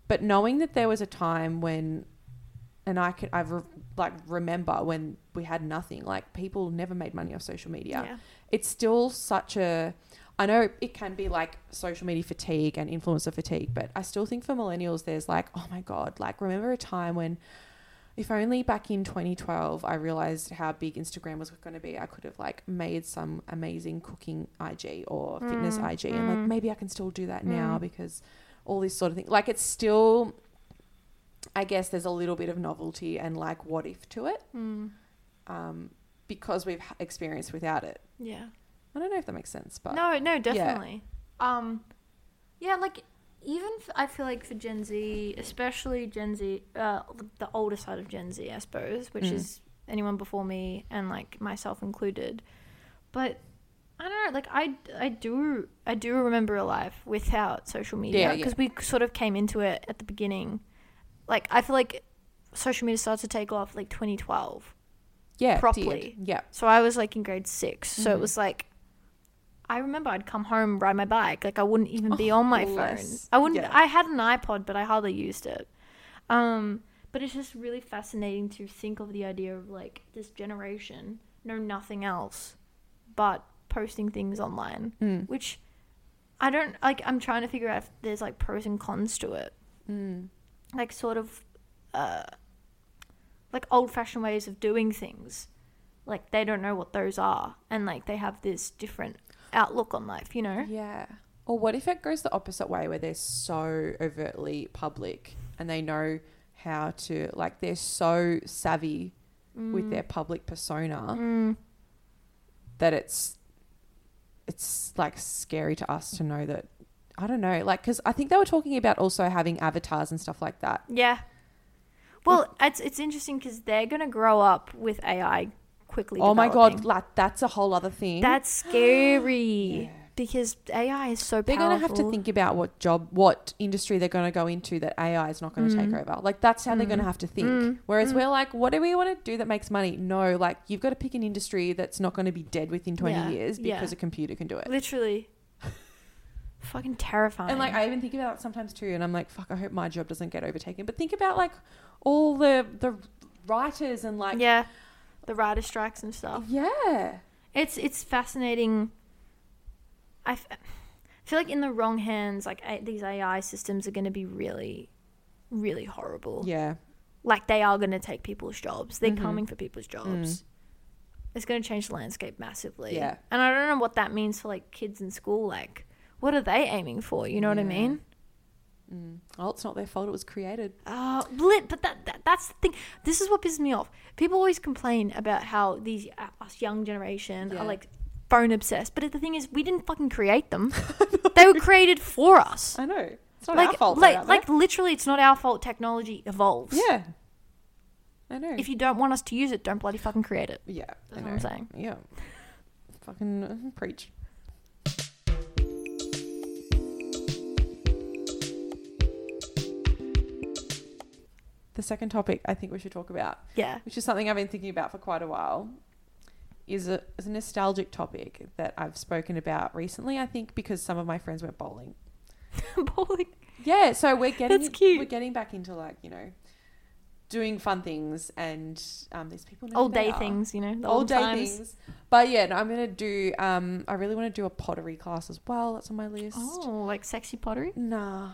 Speaker 2: But knowing that there was a time when and I could I re- like remember when we had nothing. Like people never made money off social media. It's still such a I know it can be like social media fatigue and influencer fatigue, but I still think for millennials there's like, oh my god, like remember a time when if only back in 2012 I realized how big Instagram was going to be, I could have like made some amazing cooking IG or fitness
Speaker 1: Mm,
Speaker 2: IG and like
Speaker 1: mm.
Speaker 2: maybe I can still do that now
Speaker 1: Mm.
Speaker 2: because all this sort of thing. Like it's still I guess there's a little bit of novelty and like what if to it
Speaker 1: Mm.
Speaker 2: um, because we've h- experienced without it.
Speaker 1: Yeah.
Speaker 2: I don't know if that makes sense, but
Speaker 1: no, no, definitely. Um, yeah, like even f- I feel like for Gen Z, especially Gen Z, uh, the older side of Gen Z, I suppose, which
Speaker 2: Mm.
Speaker 1: is anyone before me and like myself included. But I don't know, like I, I do I do remember a life without social media
Speaker 2: Yeah, yeah.
Speaker 1: because we sort of came into it at the beginning. Like I feel like social media started to take off like 2012.
Speaker 2: yeah, it
Speaker 1: properly.
Speaker 2: did. Yeah,
Speaker 1: So I was like in grade six. So
Speaker 2: Mhm.
Speaker 1: it was like, I remember I'd come home, ride my bike. Like I wouldn't even be on my
Speaker 2: Oh, bless.
Speaker 1: phone. I wouldn't.
Speaker 2: Yeah.
Speaker 1: I had an iPod, but I hardly used it. Um, but it's just really fascinating to think of the idea of like this generation know nothing else but posting things online,
Speaker 2: Mm.
Speaker 1: which I don't like. I'm trying to figure out if there's like pros and cons to it
Speaker 2: Mm.
Speaker 1: like sort of uh, like old fashioned ways of doing things. Like they don't know what those are and like they have this different outlook on life, you know?
Speaker 2: yeah. Or what if it goes the opposite way, where they're so overtly public and they know how to like they're so savvy with their public persona
Speaker 1: Mm.
Speaker 2: that it's it's like scary to us to know that. I don't know, like, because I think they were talking about also having avatars and stuff like that.
Speaker 1: Yeah. Well, it's it's interesting because they're gonna grow up with AI quickly.
Speaker 2: Oh my god,
Speaker 1: developing.
Speaker 2: like that's a whole other thing.
Speaker 1: that's scary
Speaker 2: Yeah.
Speaker 1: because AI is so
Speaker 2: they're
Speaker 1: powerful.
Speaker 2: going to have to think about what job, what industry they're going to go into that AI is not going to take
Speaker 1: Mm.
Speaker 2: over. Like that's how they're going to
Speaker 1: Mm.
Speaker 2: have to think.
Speaker 1: Mm.
Speaker 2: Whereas
Speaker 1: Mm.
Speaker 2: we're like, what do we want to do that makes money? No, like you've got to pick an industry that's not going to be dead within 20
Speaker 1: Yeah.
Speaker 2: years
Speaker 1: Yeah.
Speaker 2: because a computer can do it.
Speaker 1: literally. Fucking terrifying.
Speaker 2: And like I even think about it sometimes too, and I'm like, fuck, I hope my job doesn't get overtaken. But think about like all the the writers and like
Speaker 1: yeah, the writer strikes and stuff.
Speaker 2: yeah.
Speaker 1: It's it's fascinating. I, f- I feel like in the wrong hands, like I, these AI systems are going to be really, really horrible.
Speaker 2: Yeah.
Speaker 1: Like they are going to take people's jobs. They're
Speaker 2: Mhm.
Speaker 1: coming for people's jobs. It's going to change the landscape massively.
Speaker 2: Yeah.
Speaker 1: And I don't know what that means for like kids in school. Like, what are they aiming for? You know what I
Speaker 2: Yeah.
Speaker 1: mean?
Speaker 2: Mm. Oh, it's not their fault. It was created.
Speaker 1: Uh, blit, but that, that that's the thing. This is what pisses me off. People always complain about how these uh, us young generation
Speaker 2: Yeah.
Speaker 1: are like phone obsessed, but the thing is, we didn't fucking create them. they were created for us.
Speaker 2: I know. It's not
Speaker 1: like,
Speaker 2: our fault. they're
Speaker 1: like,
Speaker 2: out there.
Speaker 1: like literally, it's not our fault. Technology evolves.
Speaker 2: yeah. I know.
Speaker 1: If you don't want us to use it, don't bloody fucking create it.
Speaker 2: yeah. I
Speaker 1: That's what
Speaker 2: know.
Speaker 1: I'm saying.
Speaker 2: Yeah. Fucking uh, preach. The second topic I think we should talk about,
Speaker 1: Yeah.
Speaker 2: which is something I've been thinking about for quite a while, is a, is a nostalgic topic that I've spoken about recently, I think, because some of my friends went bowling.
Speaker 1: Bowling.
Speaker 2: Yeah, so we're getting
Speaker 1: That's cute.
Speaker 2: we're getting back into like, you know, doing fun things and um, these people know who
Speaker 1: Old
Speaker 2: they
Speaker 1: day
Speaker 2: are
Speaker 1: things, you know. the
Speaker 2: all day
Speaker 1: times.
Speaker 2: things. But yeah, no, I'm gonna do. Um, I really want to do a pottery class as well. That's on my list.
Speaker 1: Oh, like sexy pottery.
Speaker 2: Nah,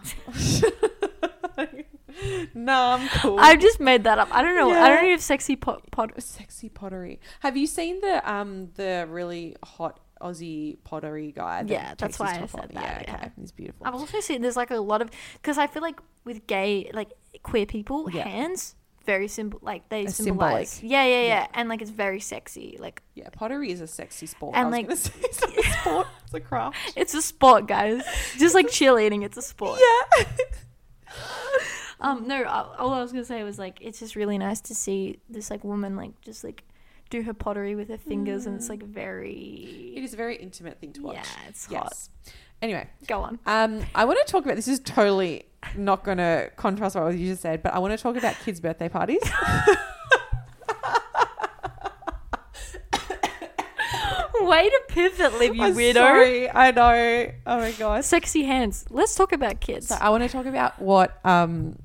Speaker 2: nah, I'm cool.
Speaker 1: I've just made that up. I don't know. I
Speaker 2: Yeah.
Speaker 1: don't know if sexy pot, pot
Speaker 2: Sexy pottery. Have you seen the um the really hot Aussie pottery guy? that
Speaker 1: Yeah, that's
Speaker 2: takes his
Speaker 1: why I
Speaker 2: top
Speaker 1: said
Speaker 2: off?
Speaker 1: that,
Speaker 2: Yeah, okay.
Speaker 1: yeah.
Speaker 2: he's beautiful.
Speaker 1: I've also seen there's like a lot of because I feel like with gay like queer people
Speaker 2: Yeah.
Speaker 1: hands very simple like they
Speaker 2: They're
Speaker 1: symbolize
Speaker 2: symbolic.
Speaker 1: yeah, yeah yeah
Speaker 2: Yeah.
Speaker 1: and like it's very sexy like
Speaker 2: Yeah, pottery is a sexy sport.
Speaker 1: And,
Speaker 2: I
Speaker 1: like-
Speaker 2: was gonna say it's not a sport. It's a craft.
Speaker 1: it's a sport guys just like cheerleading it's a sport
Speaker 2: Yeah.
Speaker 1: um no uh, all I was gonna say was like it's just really nice to see this like woman like just like do her pottery with her fingers and it's like
Speaker 2: Mm. It
Speaker 1: very
Speaker 2: is a very intimate thing to watch.
Speaker 1: yeah it's hot
Speaker 2: yes. Anyway,
Speaker 1: go on
Speaker 2: Um, I want to talk about this is totally not going to contrast what you just said, but I want to talk about kids' birthday parties.
Speaker 1: way to pivot liv you
Speaker 2: I'm
Speaker 1: weirdo
Speaker 2: sorry, I know. Oh my gosh.
Speaker 1: sexy hands let's talk about kids
Speaker 2: So I want to talk about what um,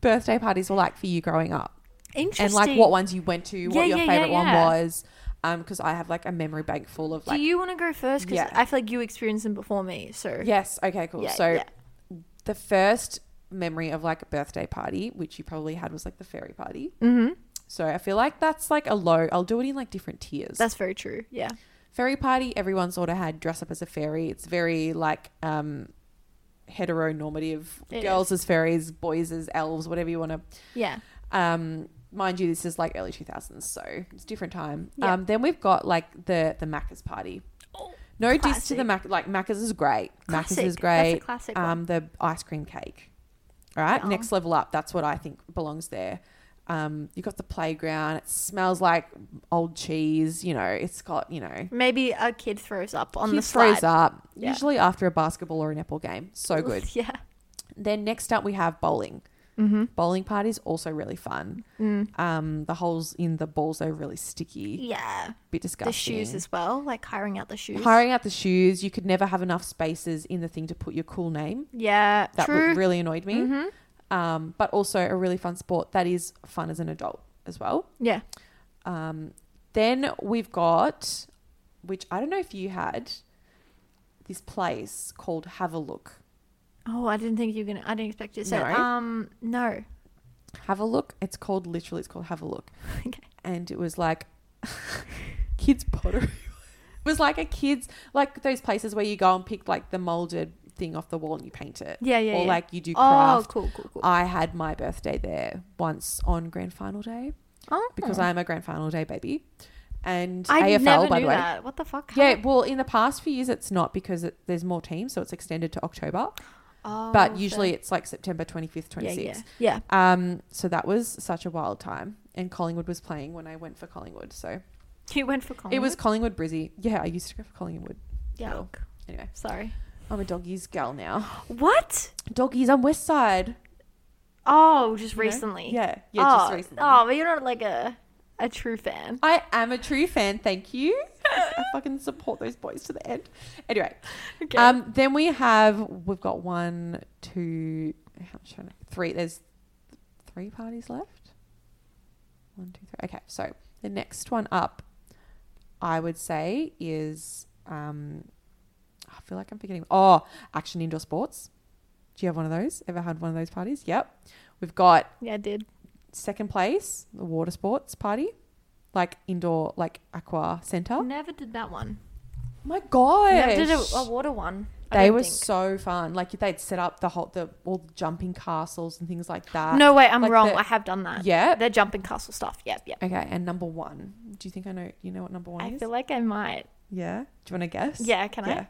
Speaker 2: birthday parties were like for you growing up. and
Speaker 3: Interesting.
Speaker 2: like what ones you went to,
Speaker 3: Yeah,
Speaker 2: what your
Speaker 3: yeah, yeah,
Speaker 2: favorite
Speaker 3: yeah.
Speaker 2: one was. Um, because I have like a memory bank full of like
Speaker 1: Do you want to go first? Because
Speaker 2: Yeah.
Speaker 1: I feel like you experienced them before me. So
Speaker 2: Yes. Okay. Cool.
Speaker 1: Yeah,
Speaker 2: so
Speaker 1: yeah.
Speaker 2: the first memory of like a birthday party, which you probably had, was like the fairy party.
Speaker 1: Mhm.
Speaker 2: So I feel like that's like a low. I'll do it in like different tiers.
Speaker 1: that's very true. Yeah.
Speaker 2: fairy party. Everyone sort of had dress up as a fairy. It's very like um heteronormative.
Speaker 1: It
Speaker 2: Girls as fairies, boys as elves, whatever you want to
Speaker 1: Yeah.
Speaker 2: um, mind you, this is like early two thousands, so it's a different time.
Speaker 1: Yeah.
Speaker 2: Um, then we've got like the the Macca's party.
Speaker 1: Oh,
Speaker 2: No diss to the
Speaker 1: classic.
Speaker 2: Mac, like Macca's is great.
Speaker 1: Classic.
Speaker 2: Macca's is
Speaker 1: That's a
Speaker 2: great.
Speaker 1: classic one. Oh.
Speaker 2: Um, the ice cream cake. All right,
Speaker 1: Yum.
Speaker 2: next level up. That's what I think belongs there. Um, you got the playground. It smells like old cheese. You know, it's got you know.
Speaker 1: Maybe a kid throws up on the
Speaker 2: kids
Speaker 1: slide.
Speaker 2: throws up
Speaker 1: Yeah.
Speaker 2: usually after a basketball or an apple game. So good.
Speaker 1: yeah.
Speaker 2: Then next up we have bowling.
Speaker 1: Mm-hmm.
Speaker 2: Bowling parties also really fun.
Speaker 1: Mm.
Speaker 2: Um, the holes in the balls are really sticky,
Speaker 1: Yeah.
Speaker 2: bit
Speaker 1: The
Speaker 2: disgusting.
Speaker 1: shoes as well, like hiring out the shoes.
Speaker 2: hiring out the shoes. You could never have enough spaces in the thing to put your cool name.
Speaker 1: Yeah.
Speaker 2: That
Speaker 1: true.
Speaker 2: would really annoyed me.
Speaker 1: Mhm.
Speaker 2: Um, but also a really fun sport that is fun as an adult as well.
Speaker 1: Yeah.
Speaker 2: Um, then we've got, which I don't know if you had, this place called Have a Look.
Speaker 1: Oh, I didn't think you were gonna. I didn't expect you to say. that.
Speaker 2: No.
Speaker 1: Um. No.
Speaker 2: Have a Look. It's called literally. It's called Have a Look.
Speaker 1: Okay.
Speaker 2: and it was like kids pottery. it was like a kids like those places where you go and pick like the molded thing off the wall and you paint it,
Speaker 1: Yeah. Yeah.
Speaker 2: or
Speaker 1: yeah.
Speaker 2: like you do
Speaker 1: oh,
Speaker 2: craft.
Speaker 1: cool, cool, cool.
Speaker 2: I had my birthday there once on grand final day
Speaker 1: oh.
Speaker 2: Uh, because I am a grand final day baby, and
Speaker 1: I
Speaker 2: AFL
Speaker 1: never
Speaker 2: by
Speaker 1: knew
Speaker 2: the way.
Speaker 1: that. What the fuck? How
Speaker 2: Yeah,
Speaker 1: did-
Speaker 2: well, in the past few years, it's not because it, there's more teams, so it's extended to October.
Speaker 1: Oh,
Speaker 2: but
Speaker 1: fair.
Speaker 2: usually, it's like September 25th, 26th.
Speaker 1: Yeah. Yeah. Yeah.
Speaker 2: Um, so that was such a wild time, and Collingwood was playing when I went for Collingwood. So
Speaker 1: You went for Collingwood.
Speaker 2: It was Collingwood Brizzy. Yeah, I used to go for Collingwood.
Speaker 1: Yuck.
Speaker 2: Anyway,
Speaker 1: Sorry.
Speaker 2: I'm a doggies gal now.
Speaker 1: What?
Speaker 2: Doggies, I'm West Side.
Speaker 1: Oh, just
Speaker 2: you know?
Speaker 1: recently.
Speaker 2: Yeah, yeah,
Speaker 1: oh,
Speaker 2: just recently.
Speaker 1: Oh, but you're not like a a true fan.
Speaker 2: I am a true fan. Thank you. I fucking support those boys to the end. Anyway,
Speaker 1: Okay.
Speaker 2: um, then we have we've got one, two, how much? am I- Three. There's three parties left. One, two, three. Okay, so the next one up, I would say is um, I feel like I'm forgetting. Oh, action indoor sports. Do you have one of those? Ever had one of those parties? Yep. We've got
Speaker 1: yeah, I did.
Speaker 2: second place, the water sports party, like indoor, like aqua center.
Speaker 1: Never did that one.
Speaker 2: My God,
Speaker 1: Never did a, a water one. I
Speaker 2: they
Speaker 1: don't
Speaker 2: were
Speaker 1: think.
Speaker 2: so fun. Like they'd set up the whole, the all the jumping castles and things like that.
Speaker 1: No, wait, I'm
Speaker 2: like
Speaker 1: wrong.
Speaker 2: the-
Speaker 1: I have done that.
Speaker 2: Yeah.
Speaker 1: They're jumping castle stuff. Yep, yep.
Speaker 2: Okay, and number one. Do you think I know? You know what number one
Speaker 1: I
Speaker 2: is?
Speaker 1: feel like I might.
Speaker 2: yeah. Do you want to guess?
Speaker 1: Yeah, can
Speaker 2: Yeah.
Speaker 1: I?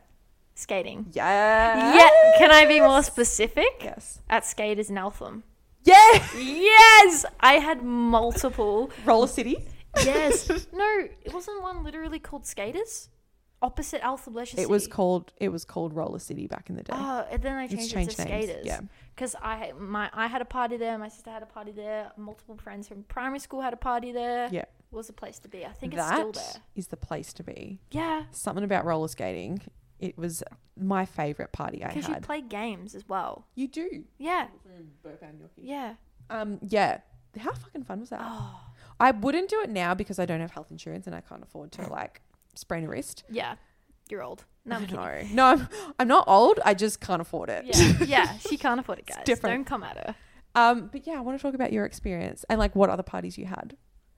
Speaker 1: Skating.
Speaker 2: Yeah.
Speaker 3: Yeah,
Speaker 1: Can I be more specific?
Speaker 2: Yes.
Speaker 1: At skaters in Eltham.
Speaker 2: Yeah.
Speaker 1: Yes! I had multiple.
Speaker 2: Roller City.
Speaker 1: Yes. no, it wasn't one literally called skaters? Opposite Eltham Leisure
Speaker 2: It was
Speaker 1: City.
Speaker 2: called. It was called Roller City back in the day.
Speaker 1: Oh, and then I changed, it
Speaker 2: changed
Speaker 1: to
Speaker 2: names,
Speaker 1: skaters.
Speaker 2: yeah.
Speaker 1: Because I my I had a party there, my sister had a party there, multiple friends from primary school had a party there.
Speaker 2: Yeah.
Speaker 1: It was a place to be. I think it's still
Speaker 2: That
Speaker 1: there.
Speaker 2: is the place to be.
Speaker 1: Yeah.
Speaker 2: Something about roller skating. It was my favorite party I
Speaker 1: Because you
Speaker 2: had.
Speaker 1: play games as well.
Speaker 2: You do.
Speaker 1: Yeah. Yeah.
Speaker 2: Um, yeah. How fucking fun was that?
Speaker 1: Oh.
Speaker 2: I wouldn't do it now because I don't have health insurance and I can't afford to like sprain a wrist.
Speaker 1: Yeah. You're old. Mm. No, I'm kidding.
Speaker 2: no, no, I'm, I'm not old. I just can't afford it.
Speaker 1: Yeah. yeah. She can't afford it, guys.
Speaker 2: different.
Speaker 1: Don't come at her.
Speaker 2: Um, but yeah, I want to talk about your experience and like what other parties you had.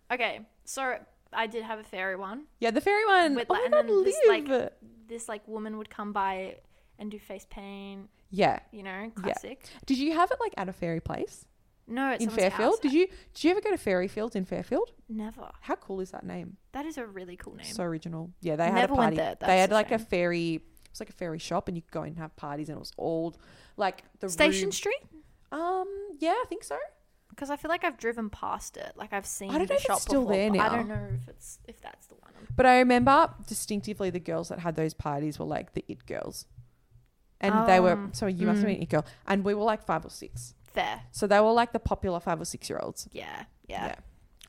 Speaker 1: Okay. So I did have a fairy one.
Speaker 2: Yeah, the fairy one.
Speaker 1: With,
Speaker 2: oh
Speaker 1: like,
Speaker 2: my
Speaker 1: and
Speaker 2: god,
Speaker 1: then
Speaker 2: live.
Speaker 1: this, like- This like woman would come by and do face paint,
Speaker 2: yeah.
Speaker 1: you know, classic.
Speaker 2: Did you have it like at a fairy place
Speaker 1: No, it's
Speaker 2: in Fairfield? Did you did you ever go to Fairy Fields in Fairfield?
Speaker 1: Never.
Speaker 2: How cool is that name?
Speaker 1: That is a really cool name.
Speaker 2: So original. Yeah, they had
Speaker 1: Never
Speaker 2: a
Speaker 1: went
Speaker 2: party.
Speaker 1: there, that's
Speaker 2: They had
Speaker 1: a
Speaker 2: like a
Speaker 1: shame.
Speaker 2: fairy. It was like a fairy shop, and you could go and have parties, and it was all like the
Speaker 1: Station
Speaker 2: room-
Speaker 1: Street?
Speaker 2: Um, yeah, I think so.
Speaker 1: Because I feel like I've driven past it. Like I've seen.
Speaker 2: don't
Speaker 1: the
Speaker 2: know if it's
Speaker 1: shop
Speaker 2: still
Speaker 1: before,
Speaker 2: there
Speaker 1: but
Speaker 2: now.
Speaker 1: I don't know if it's if that's the one. I'm-
Speaker 2: But I remember distinctively the girls that had those parties were like the it girls. And they were
Speaker 1: Um,
Speaker 2: so you must have
Speaker 3: mm.
Speaker 2: been an it girl. And we were like five or six.
Speaker 1: Fair.
Speaker 2: So they were like the popular five or six year olds.
Speaker 1: Yeah. Yeah.
Speaker 2: Yeah.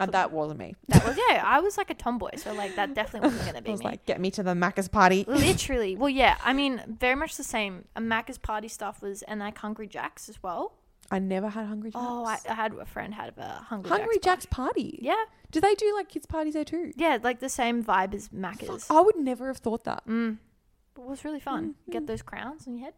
Speaker 2: And that wasn't me.
Speaker 1: That was yeah. I was like a tomboy, so like that definitely wasn't gonna
Speaker 2: I
Speaker 1: be
Speaker 2: was
Speaker 1: me.
Speaker 2: like, get me to the Macca's party.
Speaker 1: Literally. Well, yeah. I mean, very much the same. A Macca's party stuff was, and like Hungry Jack's as well.
Speaker 2: I never had Hungry Jacks.
Speaker 1: Oh, I, I had a friend had a Hungry,
Speaker 2: Hungry Jack's,
Speaker 1: Jack's.
Speaker 2: party.
Speaker 1: party. Yeah,
Speaker 2: Do they do like kids parties there too?
Speaker 1: yeah, like the same vibe as
Speaker 2: Fuck,
Speaker 1: Macca's.
Speaker 2: I would never have thought that.
Speaker 1: Mm. But it was really fun.
Speaker 2: Mhm.
Speaker 1: Get those crowns on your head.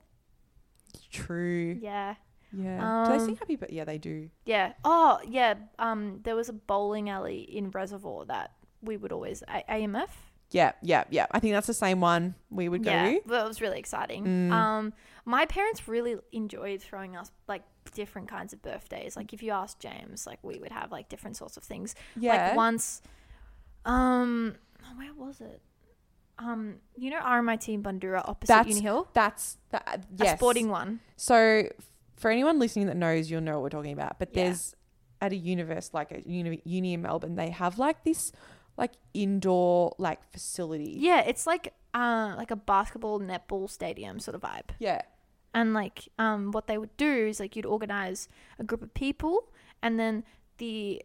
Speaker 2: True.
Speaker 1: Yeah.
Speaker 2: Yeah. do they sing
Speaker 1: Um,
Speaker 2: Happy? But yeah, they do.
Speaker 1: Yeah. Oh, yeah. Um, there was a bowling alley in Reservoir that we would always a- AMF.
Speaker 2: Yeah, yeah, yeah. I think that's the same one we would go
Speaker 1: Yeah,
Speaker 2: to.
Speaker 1: well, it was really exciting.
Speaker 2: Mm.
Speaker 1: Um, my parents really enjoyed throwing us like different kinds of birthdays. Like if you asked James, like we would have like different sorts of things.
Speaker 2: Yeah.
Speaker 1: Like once, um, oh, where was it? Um, you know RMIT in Bandura opposite
Speaker 2: That's-
Speaker 1: Unihill,
Speaker 2: That's that. Yes.
Speaker 1: a sporting one.
Speaker 2: So, f- for anyone listening that knows, you'll know what we're talking about. But
Speaker 1: Yeah.
Speaker 2: there's at a universe like a uni, uni in Melbourne, they have like this like indoor like facility.
Speaker 1: Yeah, it's like uh, like a basketball netball stadium sort of vibe.
Speaker 2: Yeah.
Speaker 1: And like um, what they would do is like you'd organize a group of people, and then the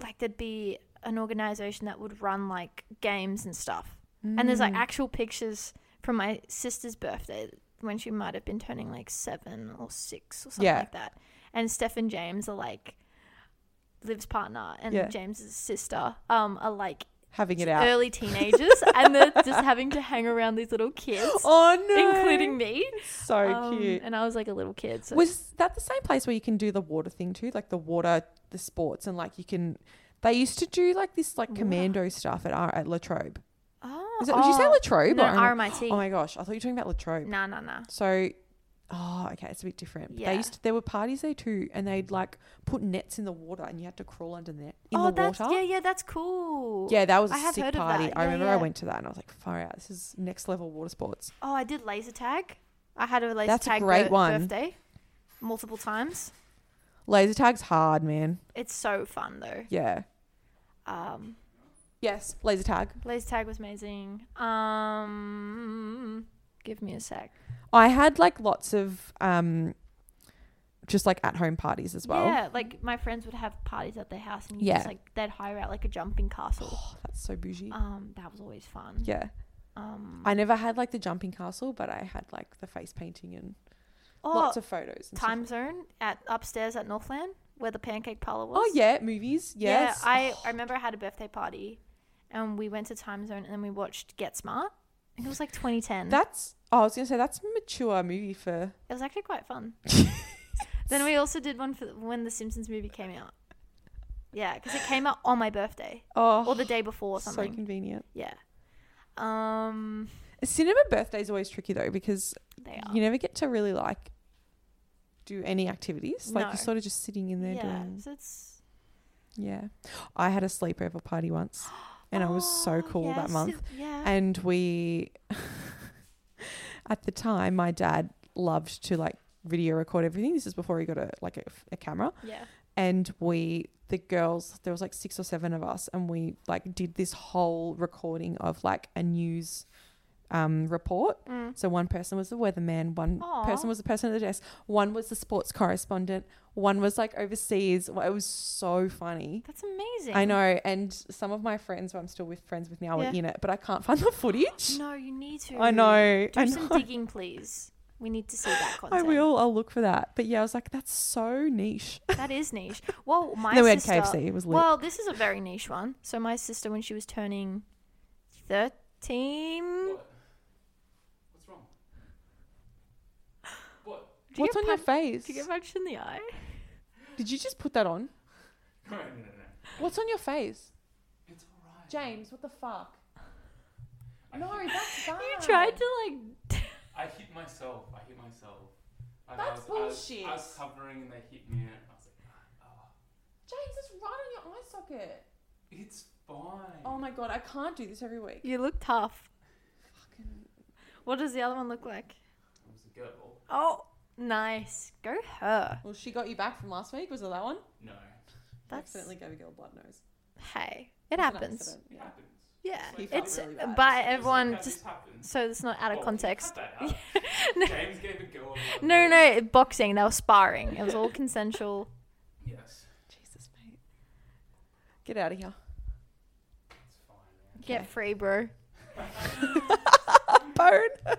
Speaker 1: like there'd be an organization that would run like games and stuff. And there's like
Speaker 2: Mm.
Speaker 1: actual pictures from my sister's birthday when she might have been turning like seven or six or something
Speaker 2: Yeah.
Speaker 1: like that. And Steph and James are like Liv's partner and
Speaker 2: Yeah.
Speaker 1: James's sister um, are like
Speaker 2: having it out.
Speaker 1: early teenagers, and they're just having to hang around these little kids,
Speaker 2: Oh no!
Speaker 1: including me.
Speaker 2: so
Speaker 1: Um,
Speaker 2: cute.
Speaker 1: And I was like a little kid. So
Speaker 2: Was that the same place where you can do the water thing too, like the water, the sports, and like you can? They used to do like this like
Speaker 1: Water.
Speaker 2: commando stuff at our at Latrobe.
Speaker 1: oh,
Speaker 2: Is it, Would you say
Speaker 1: oh,
Speaker 2: Latrobe?
Speaker 1: No,
Speaker 2: or Arma-
Speaker 1: RMIT.
Speaker 2: oh my gosh, I thought you were talking about Latrobe.
Speaker 1: nah, nah, nah.
Speaker 2: So, oh, okay, it's a bit different. But They
Speaker 1: Yeah.
Speaker 2: used to, there were parties there too, and they'd like put nets in the water, and you had to crawl under net in
Speaker 1: oh,
Speaker 2: the
Speaker 1: that's
Speaker 2: water.
Speaker 1: yeah, yeah. That's cool.
Speaker 2: Yeah, that was a
Speaker 1: I have
Speaker 2: sick
Speaker 1: heard of
Speaker 2: party.
Speaker 1: that.
Speaker 2: I
Speaker 1: Yeah,
Speaker 2: remember I
Speaker 1: yeah.
Speaker 2: went to that and I was like, far out. This is next level water sports.
Speaker 1: Oh, I did laser tag. I had a laser
Speaker 2: That's a
Speaker 1: tag
Speaker 2: great
Speaker 1: bir-
Speaker 2: one.
Speaker 1: birthday multiple times.
Speaker 2: Laser tag's hard, man.
Speaker 1: It's so fun though.
Speaker 2: Yeah.
Speaker 1: Um,
Speaker 2: Yes, laser tag.
Speaker 1: laser tag was amazing. Um, give me a sec.
Speaker 2: I had like lots of um just like at home parties as well.
Speaker 1: Yeah, like my friends would have parties at their house, and you
Speaker 2: Yeah.
Speaker 1: just like they'd hire out like a jumping castle.
Speaker 2: Oh, that's so bougie.
Speaker 1: Um, that was always fun.
Speaker 2: yeah.
Speaker 1: Um,
Speaker 2: I never had like the jumping castle, but I had like the face painting and
Speaker 1: oh,
Speaker 2: lots of photos. And stuff.
Speaker 1: time zone at upstairs at Northland where the pancake parlor was.
Speaker 2: Oh yeah, movies. Yes. Oh.
Speaker 1: Yeah, I, I remember I had a birthday party, and we went to time zone, and then we watched Get Smart. I think it was like 2010.
Speaker 2: That's oh, I was gonna say that's a mature movie for
Speaker 1: it was actually quite fun. then we also did one for when the Simpsons movie came out. Yeah, because it came out on my birthday
Speaker 2: oh
Speaker 1: or the day before or
Speaker 2: so
Speaker 1: something.
Speaker 2: convenient.
Speaker 1: yeah. Um,
Speaker 2: Cinema birthdays always tricky though because
Speaker 1: they are.
Speaker 2: you never get to really like do any activities. Like
Speaker 1: No.
Speaker 2: you're sort of just sitting in there
Speaker 1: yeah,
Speaker 2: doing
Speaker 1: so it's
Speaker 2: Yeah. I had a sleepover party once and I was so
Speaker 1: Oh,
Speaker 2: cool
Speaker 1: yes,
Speaker 2: that month.
Speaker 1: it- Yeah.
Speaker 2: And we, at the time, my dad loved to like video record everything. This is before he got a like a, a camera.
Speaker 1: yeah.
Speaker 2: And we, the girls, there was like six or seven of us, and we like did this whole recording of like a news um, report.
Speaker 1: Mm.
Speaker 2: So one person was the weatherman, one
Speaker 1: Aw.
Speaker 2: person was the person at the desk, one was the sports correspondent, one was like overseas. Well, It was so funny.
Speaker 1: That's amazing.
Speaker 2: I know, and some of my friends who I'm still with friends with now were
Speaker 1: Yeah.
Speaker 2: in it, but I can't find the footage.
Speaker 1: No, you need to.
Speaker 2: I know.
Speaker 1: Do
Speaker 2: I
Speaker 1: some
Speaker 2: know.
Speaker 1: digging, please. We need to see that
Speaker 2: I
Speaker 1: content.
Speaker 2: will. I'll look for that. But yeah, I was like, that's so niche.
Speaker 1: That is niche. Well, my
Speaker 2: then we had
Speaker 1: sister.
Speaker 2: KFC. It was lit.
Speaker 1: Well, this is a very niche one. So my sister, when she was turning thirteen,
Speaker 4: What's wrong? What?
Speaker 1: Did you
Speaker 2: What's
Speaker 1: get
Speaker 2: on your
Speaker 1: pun-
Speaker 2: face?
Speaker 1: Did you get punched in the eye?
Speaker 2: Did you just put that on?
Speaker 4: No, no, no, no.
Speaker 2: What's on your face,
Speaker 4: It's alright.
Speaker 2: James? What the fuck?
Speaker 4: I
Speaker 2: No,
Speaker 4: hit-
Speaker 2: that's bad.
Speaker 1: You tried to like.
Speaker 4: I hit myself. I hit myself. And
Speaker 2: That's
Speaker 4: I was, I was-
Speaker 2: bullshit.
Speaker 4: I was, covering and they hit me. And I was like, oh,
Speaker 2: James, it's right on your eye socket.
Speaker 4: it's fine.
Speaker 2: Oh my god, I can't do this every week.
Speaker 1: You look tough.
Speaker 2: Fucking-
Speaker 1: What does the other one look like?
Speaker 4: It was a girl.
Speaker 1: Oh, nice. Go her.
Speaker 2: Well, she got you back from last week. Was it that one?
Speaker 4: No,
Speaker 2: I
Speaker 1: That's
Speaker 2: accidentally gave a girl blood nose.
Speaker 1: hey. It
Speaker 2: was an
Speaker 1: happens.
Speaker 2: accident,
Speaker 4: it
Speaker 2: Yeah.
Speaker 4: happens.
Speaker 1: Yeah,
Speaker 2: He felt
Speaker 1: it's
Speaker 2: really bad.
Speaker 1: by
Speaker 4: Just like
Speaker 1: everyone.
Speaker 4: how this
Speaker 1: Just
Speaker 4: happens.
Speaker 1: so it's not out
Speaker 4: Oh,
Speaker 1: of
Speaker 4: you
Speaker 1: context.
Speaker 4: cut that out. James gave a girl. a blood
Speaker 1: No,
Speaker 4: nose.
Speaker 1: no, boxing. They were sparring. It was all consensual.
Speaker 4: Yes,
Speaker 2: Jesus, mate. Get out of here.
Speaker 4: it's fine. Man.
Speaker 1: Get free, bro.
Speaker 2: Bone.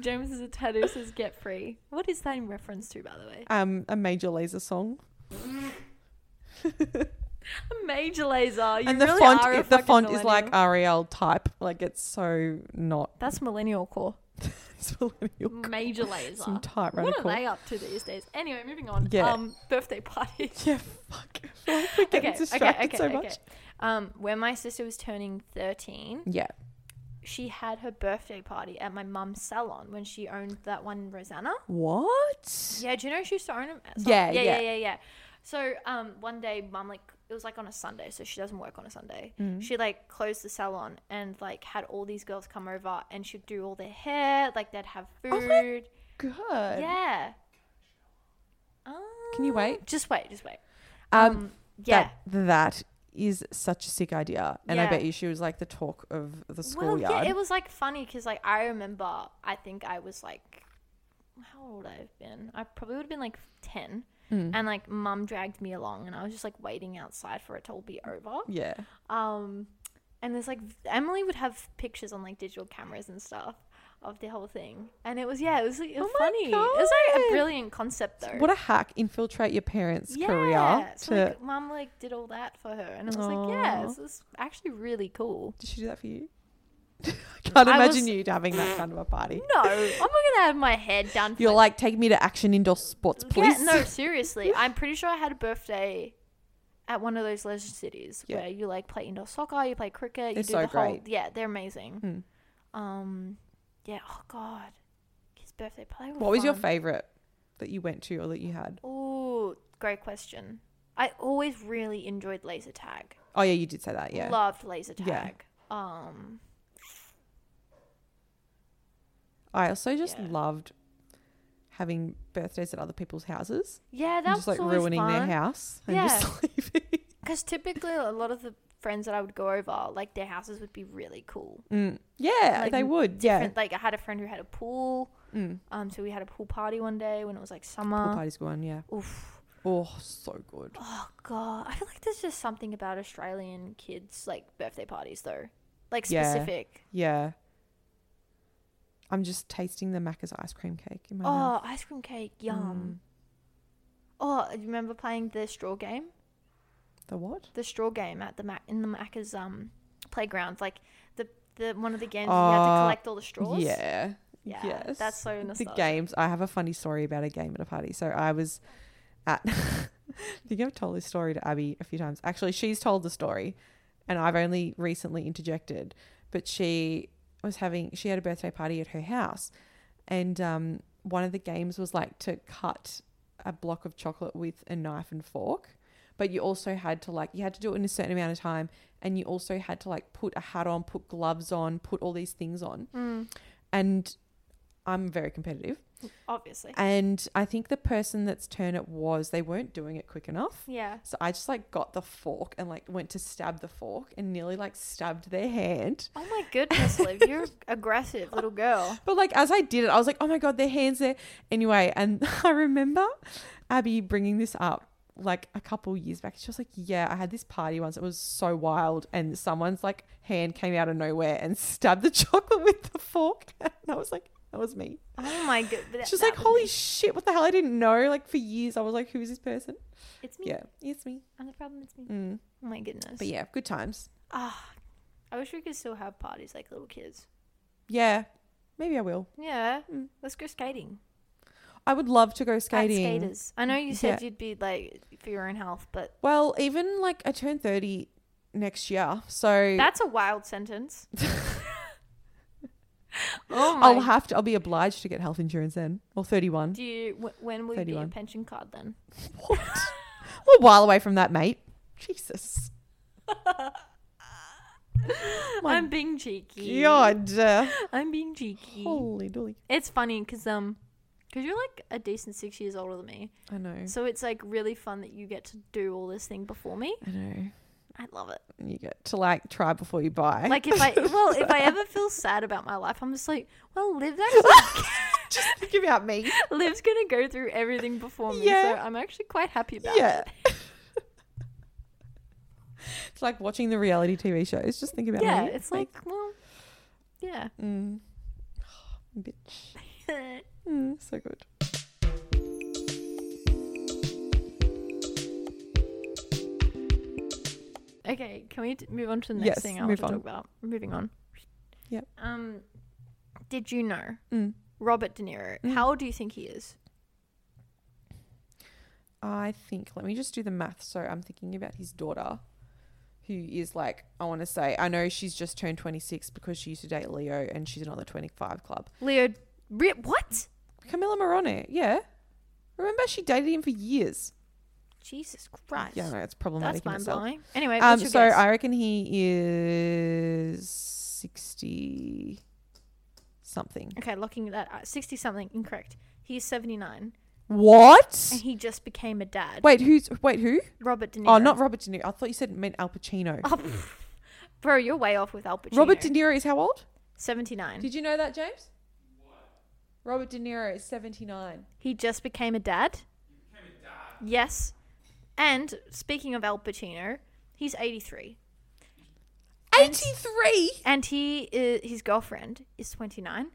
Speaker 1: James is a tattoo says get free. What is that in reference to, by the way?
Speaker 2: Um, a major laser song.
Speaker 1: A major laser. You
Speaker 2: and the
Speaker 1: really
Speaker 2: font,
Speaker 1: are a
Speaker 2: i- the
Speaker 1: fucking
Speaker 2: font is
Speaker 1: millennial.
Speaker 2: like uh, REL type. Like it's so not
Speaker 1: That's millennial core.
Speaker 2: it's millennial.
Speaker 5: Major laser.
Speaker 2: Some tight
Speaker 5: What are
Speaker 2: radical.
Speaker 5: they up to these days? Anyway, moving on.
Speaker 2: Yeah.
Speaker 1: Um, birthday party.
Speaker 2: Yeah, fuck. I feel like we're getting distracted so much.
Speaker 1: Um, when my sister was turning 13,
Speaker 2: Yeah.
Speaker 1: she had her birthday party at my mum's salon when she owned that one in Rosanna.
Speaker 2: What?
Speaker 1: Yeah, do you know she used to own them?
Speaker 2: Yeah,
Speaker 1: yeah,
Speaker 2: yeah.
Speaker 1: yeah, yeah, yeah. So um, one day, mum like it was like on a Sunday, so she doesn't work on a Sunday.
Speaker 2: Mm.
Speaker 1: She like closed the salon and like had all these girls come over, and she'd do all their hair, like they'd have food.
Speaker 2: Oh my Good.
Speaker 1: yeah.
Speaker 2: Can you wait?
Speaker 1: Um, Just wait, just wait.
Speaker 2: Um,
Speaker 1: Um, yeah.
Speaker 2: That, that is such a sick idea. And I
Speaker 1: Yeah.
Speaker 2: bet you she was like the talk of the
Speaker 1: well,
Speaker 2: schoolyard.
Speaker 1: yeah, it was like funny because like I remember, I think I was like, how old I've been? I probably would have been like ten,
Speaker 2: Hmm.
Speaker 1: and like mum dragged me along, and I was just like waiting outside for it to all be over.
Speaker 2: yeah.
Speaker 1: Um, and there's like Emily would have pictures on like digital cameras and stuff of the whole thing, and it was yeah, it was like it was
Speaker 2: Oh my
Speaker 1: funny. It was like
Speaker 2: God.
Speaker 1: a brilliant concept though.
Speaker 2: What a hack. Infiltrate your parents'
Speaker 1: yeah,
Speaker 2: career.
Speaker 1: so
Speaker 2: to-
Speaker 1: like mum like did all that for her, and I was like, yeah, this is actually really cool.
Speaker 2: Did she do that for you? I can't
Speaker 1: I
Speaker 2: imagine
Speaker 1: was-
Speaker 2: you having that kind of a party.
Speaker 1: No, I'm not gonna have my head done. For
Speaker 2: You're like, take me to action indoor sports, please.
Speaker 1: Yeah, no, seriously. I'm pretty sure I had a birthday at one of those leisure cities
Speaker 2: Yeah.
Speaker 1: where you like play indoor soccer, you play cricket,
Speaker 2: They're
Speaker 1: you do
Speaker 2: so
Speaker 1: the whole
Speaker 2: great.
Speaker 1: yeah, they're
Speaker 2: Hmm.
Speaker 1: amazing. Um yeah, oh god. His birthday party.
Speaker 2: What was your favorite that you went to or that you had?
Speaker 1: Oh, great question. I always really enjoyed laser tag.
Speaker 2: Oh yeah, you did say that. Yeah.
Speaker 1: Loved laser tag.
Speaker 2: Yeah.
Speaker 1: Um
Speaker 2: I also just
Speaker 1: Yeah.
Speaker 2: loved having birthdays at other people's houses.
Speaker 1: yeah,
Speaker 2: and
Speaker 1: that
Speaker 2: just
Speaker 1: was
Speaker 2: like
Speaker 1: always
Speaker 2: ruining
Speaker 1: fun.
Speaker 2: their house and just leaving.
Speaker 1: Because typically a lot of the friends that I would go over, like their houses would be really cool.
Speaker 2: Mm. Yeah,
Speaker 1: Like,
Speaker 2: they would. Yeah.
Speaker 1: different. Like I had a friend who had a pool.
Speaker 2: Mm.
Speaker 1: Um, so we had a pool party one day when it was like
Speaker 2: Pool
Speaker 1: summer.
Speaker 2: parties going. Yeah.
Speaker 1: Oof.
Speaker 2: Oh, so good.
Speaker 1: Oh god, I feel like there's just something about Australian kids like birthday parties though, like
Speaker 2: Yeah.
Speaker 1: specific.
Speaker 2: Yeah. I'm just tasting the Macca's ice cream cake in my mouth.
Speaker 1: Oh, ice cream cake,
Speaker 2: Mm.
Speaker 1: yum. Oh, you remember playing the straw game?
Speaker 2: Mm. The what?
Speaker 1: The straw game at the Mac in the Macca's um playground, like the the one of the games where you had
Speaker 2: Uh,
Speaker 1: to collect all the straws.
Speaker 2: Yeah.
Speaker 1: Yeah, that's so nostalgic.
Speaker 2: The games. I have a funny story about a game at a party. So I was at. I think I've told this story to Abby a few times. Actually, she's told the story, and I've only recently interjected. But she was having. She had a birthday party at her house, and um, one of the games was like to cut a block of chocolate with a knife and fork. But you also had to like you had to do it in a certain amount of time, and you also had to like put a hat on, put gloves on, put all these things on.
Speaker 1: Mm,
Speaker 2: And I'm very competitive.
Speaker 1: obviously.
Speaker 2: And I think the person that's turn it was they weren't doing it quick enough.
Speaker 1: Yeah.
Speaker 2: So I just like got the fork and like went to stab the fork and nearly like stabbed their hand.
Speaker 1: Oh my goodness, Liv, you're aggressive little girl.
Speaker 2: But like as I did it, I was like, oh my God, their hand's there. Anyway, and I remember Abby bringing this up like a couple years back. She was like, yeah, I had this party once. It was so wild. And someone's like hand came out of nowhere and stabbed the chocolate with the fork. And I was like, that was me.
Speaker 1: Oh my god.
Speaker 2: She's like, holy shit, what the hell? I didn't know. Like for years, I was like, who is this person?
Speaker 1: It's me.
Speaker 2: Yeah, it's me.
Speaker 1: I'm the problem. It's me.
Speaker 2: Mm.
Speaker 1: Oh my goodness.
Speaker 2: But yeah, good times.
Speaker 1: Ah, I wish we could still have parties like little kids.
Speaker 2: Yeah, maybe I will.
Speaker 1: Yeah,
Speaker 2: Mm.
Speaker 1: let's go skating.
Speaker 2: I would love to go skating.
Speaker 1: At skaters. I know you said
Speaker 2: Yeah.
Speaker 1: you'd be like for your own health, but
Speaker 2: Well, even like I turn thirty next year, so
Speaker 1: that's a wild sentence. oh my.
Speaker 2: I'll have to. I'll be obliged to get health insurance then, or thirty-one.
Speaker 1: Do you? wh- When will you get your
Speaker 2: 31.
Speaker 1: pension card then?
Speaker 2: What? We're a while away from that, mate. Jesus. My
Speaker 1: I'm being cheeky.
Speaker 2: God. Oh. uh,
Speaker 1: I'm being cheeky.
Speaker 2: Holy dooly.
Speaker 1: It's funny because um, because you're like a decent six years older than me,
Speaker 2: I know.
Speaker 1: so it's like really fun that you get to do all this thing before me.
Speaker 2: I know.
Speaker 1: I love it.
Speaker 2: You get to like try before you buy.
Speaker 1: Like if I well, if I ever feel sad about my life, I'm just like, well, live actually
Speaker 2: Just think about me.
Speaker 1: Liv's gonna go through everything before me, so
Speaker 2: Yeah.
Speaker 1: I'm actually quite happy about
Speaker 2: Yeah.
Speaker 1: it.
Speaker 2: it's like watching the reality TV shows. Just think about
Speaker 1: Yeah,
Speaker 2: me.
Speaker 1: it's like, well, yeah.
Speaker 2: mm. Bitch. Mm, so good.
Speaker 1: Okay, can we d- move on to the next
Speaker 2: Yes,
Speaker 1: thing I want
Speaker 2: move
Speaker 1: to talk
Speaker 2: on.
Speaker 1: about? Moving on.
Speaker 2: Yep.
Speaker 1: Um, did you know
Speaker 2: Mm.
Speaker 1: Robert De Niro?
Speaker 2: Mm.
Speaker 1: How old do you think he is?
Speaker 2: I think, let me just do the math. So I'm thinking about his daughter, who is like, I want to say, I know she's just turned 26 because she used to date Leo and she's not the 25 club.
Speaker 1: Leo, re- what?
Speaker 2: Camilla Morone, yeah. Remember, she dated him for years.
Speaker 1: Jesus Christ.
Speaker 2: Yeah, no, it's problematic
Speaker 1: That's
Speaker 2: in
Speaker 1: mind
Speaker 2: itself.
Speaker 1: blowing. Anyway,
Speaker 2: Um,
Speaker 1: what's your
Speaker 2: so
Speaker 1: guess?
Speaker 2: I reckon he is 60 something.
Speaker 1: okay, looking at that, uh, 60 something, incorrect. He's 79. And
Speaker 2: What?
Speaker 1: he just became a dad.
Speaker 2: Wait, who's wait who?
Speaker 1: Robert De Niro.
Speaker 2: Oh, not Robert De Niro. I thought you said it meant Al Pacino.
Speaker 1: Oh, pff. Bro, you're way off with Al Pacino.
Speaker 2: Robert De Niro is how old?
Speaker 1: 79.
Speaker 2: Did you know that, James? Robert De Niro is 79.
Speaker 1: He just became a dad. Yes. And speaking of Al Pacino, he's 83.
Speaker 2: 83.
Speaker 1: And he i his girlfriend is 29.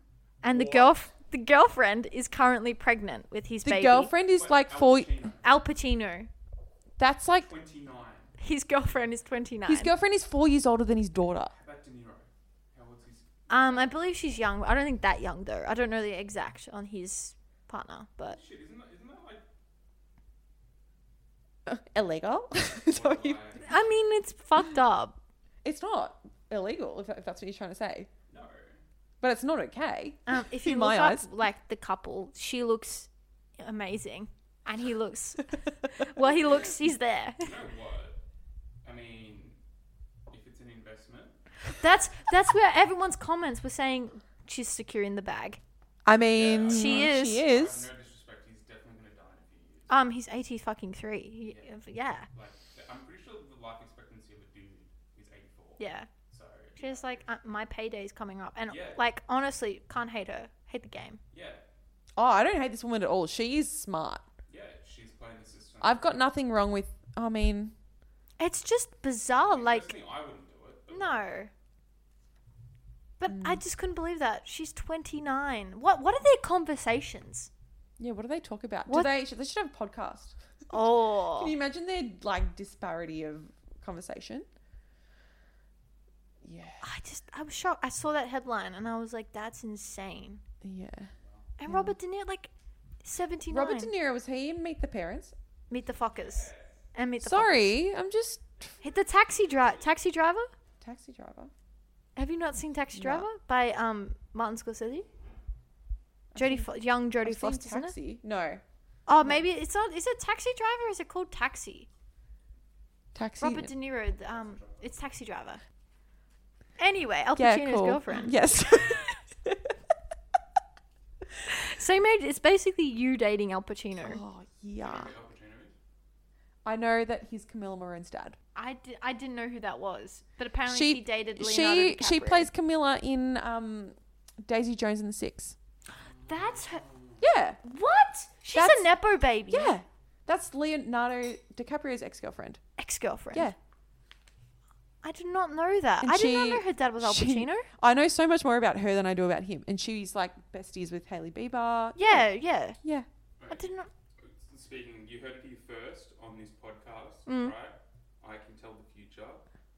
Speaker 1: And the girl the girlfriend is currently pregnant with his
Speaker 2: The
Speaker 1: baby.
Speaker 2: girlfriend is like four.
Speaker 1: Al Pacino.
Speaker 2: That's like
Speaker 4: Twenty nine.
Speaker 1: His girlfriend is 29.
Speaker 2: his girlfriend is four years older than his daughter.
Speaker 4: How about De Niro? How old's his?
Speaker 1: um I believe she's young. I don't think that young though. I don't know the exact on his partner, but
Speaker 4: Shit, isn't that, isn't that like?
Speaker 2: Illegal. So you-
Speaker 4: like-
Speaker 1: I mean it's fucked up.
Speaker 2: it's not illegal if, if that's what you're trying to say,
Speaker 4: No.
Speaker 2: but it's not okay.
Speaker 1: Um, if you
Speaker 2: In
Speaker 1: look
Speaker 2: my
Speaker 1: up
Speaker 2: eyes.
Speaker 1: like the couple, she looks amazing, and he looks well. He looks. He's there.
Speaker 4: You know what? I mean, if it's an investment,
Speaker 1: That's that's where everyone's comments were saying she's secure in the bag.
Speaker 2: I mean,
Speaker 1: She is.
Speaker 2: Mm, She
Speaker 4: I
Speaker 2: is.
Speaker 4: have no disrespect, he's definitely gonna die in a few years.
Speaker 1: Um, he's eighty fucking three. He- Yeah,
Speaker 4: Like, I'm pretty sure the life expectancy of a dude is eighty four.
Speaker 1: yeah.
Speaker 4: So.
Speaker 1: She's like, uh, my payday's coming up, and
Speaker 4: Yeah.
Speaker 1: like honestly, can't hate her. Hate the game.
Speaker 4: Yeah,
Speaker 2: Oh, I don't hate this woman at all. She is smart.
Speaker 4: yeah, she's playing the system.
Speaker 2: I've got nothing wrong with. I mean,
Speaker 1: It's just bizarre. Like,
Speaker 4: Personally, I wouldn't do it. But
Speaker 1: no. But I
Speaker 2: Mm.
Speaker 1: just couldn't believe that she's twenty nine. What what are their conversations?
Speaker 2: yeah. What do they talk about?
Speaker 1: What-
Speaker 2: Do they? Should, they should have a podcast.
Speaker 1: Oh,
Speaker 2: Can you imagine their like disparity of conversation? Yeah,
Speaker 1: I just, I was shocked. I saw that headline and I was like, that's insane.
Speaker 2: yeah.
Speaker 1: And Robert De Niro, like, 79.
Speaker 2: Robert De Niro was he in Meet the Parents?
Speaker 1: Meet the fuckers. And meet the
Speaker 2: Sorry, I'm just
Speaker 1: fuckers. Hit the taxi driver. Taxi driver?
Speaker 2: taxi driver.
Speaker 1: Have you not seen Taxi
Speaker 2: No.
Speaker 1: Driver by um Martin Scorsese? Jodie, Fo- young Jodie
Speaker 2: I've seen
Speaker 1: Foster, isn't it?
Speaker 2: taxi. No,
Speaker 1: Oh, maybe it's not. Is it Taxi Driver? Or is it called Taxi?
Speaker 2: taxi.
Speaker 1: Robert De Niro. the, Um, it's Taxi Driver. Anyway, Al
Speaker 2: yeah,
Speaker 1: Pacino's
Speaker 2: cool.
Speaker 1: girlfriend.
Speaker 2: Yes.
Speaker 1: Same age. It's basically you dating Al Pacino.
Speaker 2: oh yeah.
Speaker 4: Great opportunity.
Speaker 2: I know that he's Camilla Maroon's dad.
Speaker 1: I, di- I didn't know who that was, but apparently
Speaker 2: She-
Speaker 1: she, dated Leonardo
Speaker 2: She she
Speaker 1: DiCaprio.
Speaker 2: plays Camilla in um, Daisy Jones and the Six.
Speaker 1: That's her.
Speaker 2: Yeah,
Speaker 1: What? She's
Speaker 2: That's-
Speaker 1: a nepo baby.
Speaker 2: yeah. That's Leonardo DiCaprio's ex girlfriend.
Speaker 1: Ex girlfriend.
Speaker 2: Yeah.
Speaker 1: I did not know that.
Speaker 2: And
Speaker 1: I did not
Speaker 2: she-
Speaker 1: know her dad was Al
Speaker 2: she-
Speaker 1: Pacino.
Speaker 2: I know so much more about her than I do about him. And she's like besties with Hailey Bieber.
Speaker 1: Yeah, yeah.
Speaker 2: Yeah.
Speaker 1: I did not.
Speaker 4: Speaking, you heard it here first on this podcast,
Speaker 1: Mm.
Speaker 4: right? I can tell the future.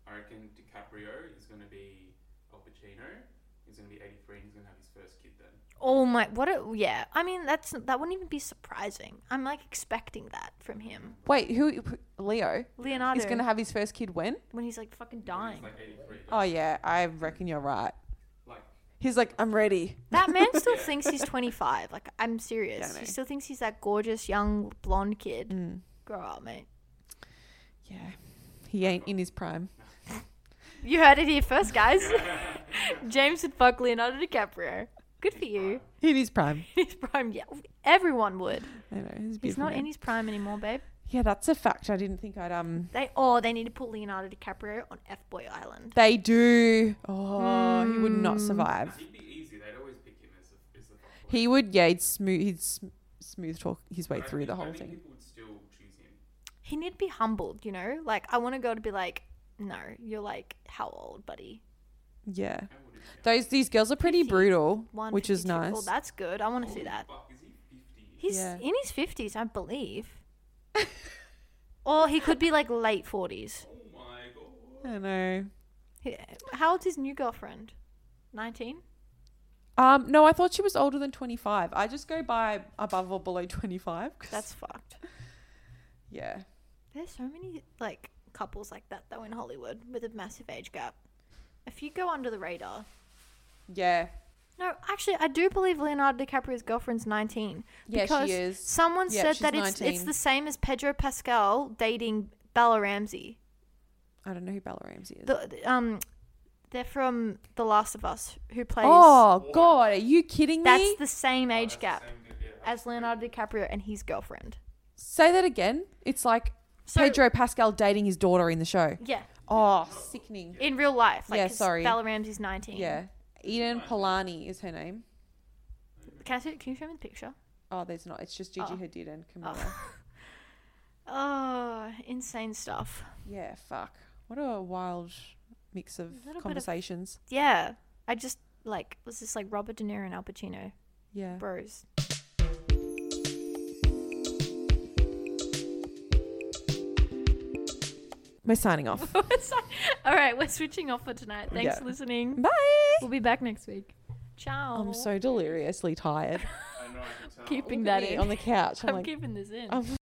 Speaker 4: I reckon DiCaprio is going to be Al Pacino. He's going to be 83 and he's going to have his first kid then.
Speaker 1: Oh my! What? A, yeah. I mean, that's that wouldn't even be surprising. I'm like expecting that from him.
Speaker 2: Wait, who? Leo
Speaker 1: Leonardo.
Speaker 2: is going to have his first kid when?
Speaker 1: when he's like fucking
Speaker 4: He's
Speaker 1: dying.
Speaker 4: like 83.
Speaker 2: Oh, yeah. I reckon you're right.
Speaker 4: Like,
Speaker 2: He's like, I'm ready.
Speaker 1: That man still thinks he's 25. Like I'm serious.
Speaker 2: I know. Mm.
Speaker 1: he still thinks he's that gorgeous young blonde kid. Grow up, mate.
Speaker 2: Yeah. He ain't in his prime.
Speaker 1: You heard it here first, guys. James would fuck Leonardo DiCaprio. Good for you.
Speaker 2: In his prime.
Speaker 1: His prime, yeah. Everyone would.
Speaker 2: I know. He's, a
Speaker 1: He's
Speaker 2: beautiful
Speaker 1: not
Speaker 2: man.
Speaker 1: in his prime anymore, babe.
Speaker 2: Yeah, that's a fact. I didn't think I'd. um.
Speaker 1: They oh, they need to put Leonardo DiCaprio on F Boy Island.
Speaker 2: They do. Oh, he would not
Speaker 1: Hmm.
Speaker 2: survive.
Speaker 4: he'd be easy. They'd always pick him as the, as the fuckboy.
Speaker 2: He would, yeah, he'd smooth, he'd sm- smooth talk his way
Speaker 4: But I
Speaker 2: through
Speaker 4: think-
Speaker 2: the
Speaker 4: I
Speaker 2: whole
Speaker 4: think
Speaker 2: thing.
Speaker 4: People would still choose him.
Speaker 1: He need to be humbled, you know. Like I want a girl to be like, no, you're like how old, buddy?
Speaker 2: Yeah.
Speaker 4: How old is he? now?
Speaker 2: Those these girls are pretty
Speaker 1: 50.
Speaker 2: brutal,
Speaker 1: One
Speaker 2: which is
Speaker 1: 52. Oh,
Speaker 2: nice.
Speaker 1: that's good. I want to see
Speaker 4: Holy
Speaker 1: that.
Speaker 4: Fuck, is he 50?
Speaker 1: He's
Speaker 2: Yeah.
Speaker 1: in his fifties, I believe. or he could be like late forties.
Speaker 4: oh my god.
Speaker 2: I know.
Speaker 1: How old's his new girlfriend? Nineteen.
Speaker 2: Um, no, I thought she was older than 25. I just go by above or below 25. 'cause-
Speaker 1: That's fucked.
Speaker 2: yeah.
Speaker 1: There's so many like couples like that though in Hollywood with a massive age gap. If you go under the radar.
Speaker 2: Yeah.
Speaker 1: No, actually, I do believe Leonardo DiCaprio's girlfriend's 19.
Speaker 2: Yeah, she
Speaker 1: because
Speaker 2: is.
Speaker 1: Someone
Speaker 2: Yeah, she's
Speaker 1: said that it's, it's
Speaker 2: 19.
Speaker 1: the same as Pedro Pascal dating Bella Ramsey.
Speaker 2: I don't know who Bella Ramsey is.
Speaker 1: The, the- um, they're from The Last of Us, who plays.
Speaker 2: oh god, are you kidding me?
Speaker 1: that's the same
Speaker 4: Oh,
Speaker 1: age
Speaker 4: that's the
Speaker 1: gap
Speaker 4: same dude, yeah, that's
Speaker 1: as Leonardo DiCaprio and his girlfriend.
Speaker 2: Say that again. It's like
Speaker 1: So-
Speaker 2: Pedro Pascal dating his daughter in the show.
Speaker 1: Yeah,
Speaker 2: Oh, sickening.
Speaker 1: in real life. Like,
Speaker 2: Yeah,
Speaker 1: 'cause
Speaker 2: sorry.
Speaker 1: Bella Ramsey's 19.
Speaker 2: Yeah. Eden Polani is her name.
Speaker 1: Can, I see, can you show me the picture?
Speaker 2: Oh, there's not. It's just Gigi
Speaker 1: Oh.
Speaker 2: Hadid and Camilla.
Speaker 1: Oh. oh, insane stuff.
Speaker 2: Yeah, fuck. What a wild mix of
Speaker 1: Little bit of-
Speaker 2: conversations.
Speaker 1: Yeah. I just, like, was this like Robert De Niro and Al Pacino?
Speaker 2: yeah.
Speaker 1: Bros.
Speaker 2: We're signing off.
Speaker 1: All right, we're switching off for tonight. Thanks
Speaker 2: Yeah.
Speaker 1: for listening.
Speaker 2: Bye.
Speaker 1: We'll be back next week. Ciao.
Speaker 2: I'm so deliriously tired.
Speaker 4: I know, I can tell.
Speaker 1: keeping
Speaker 2: Look at
Speaker 1: that
Speaker 2: me
Speaker 1: in.
Speaker 2: on the couch. I'm,
Speaker 1: I'm
Speaker 2: like,
Speaker 1: keeping this in.
Speaker 2: I'm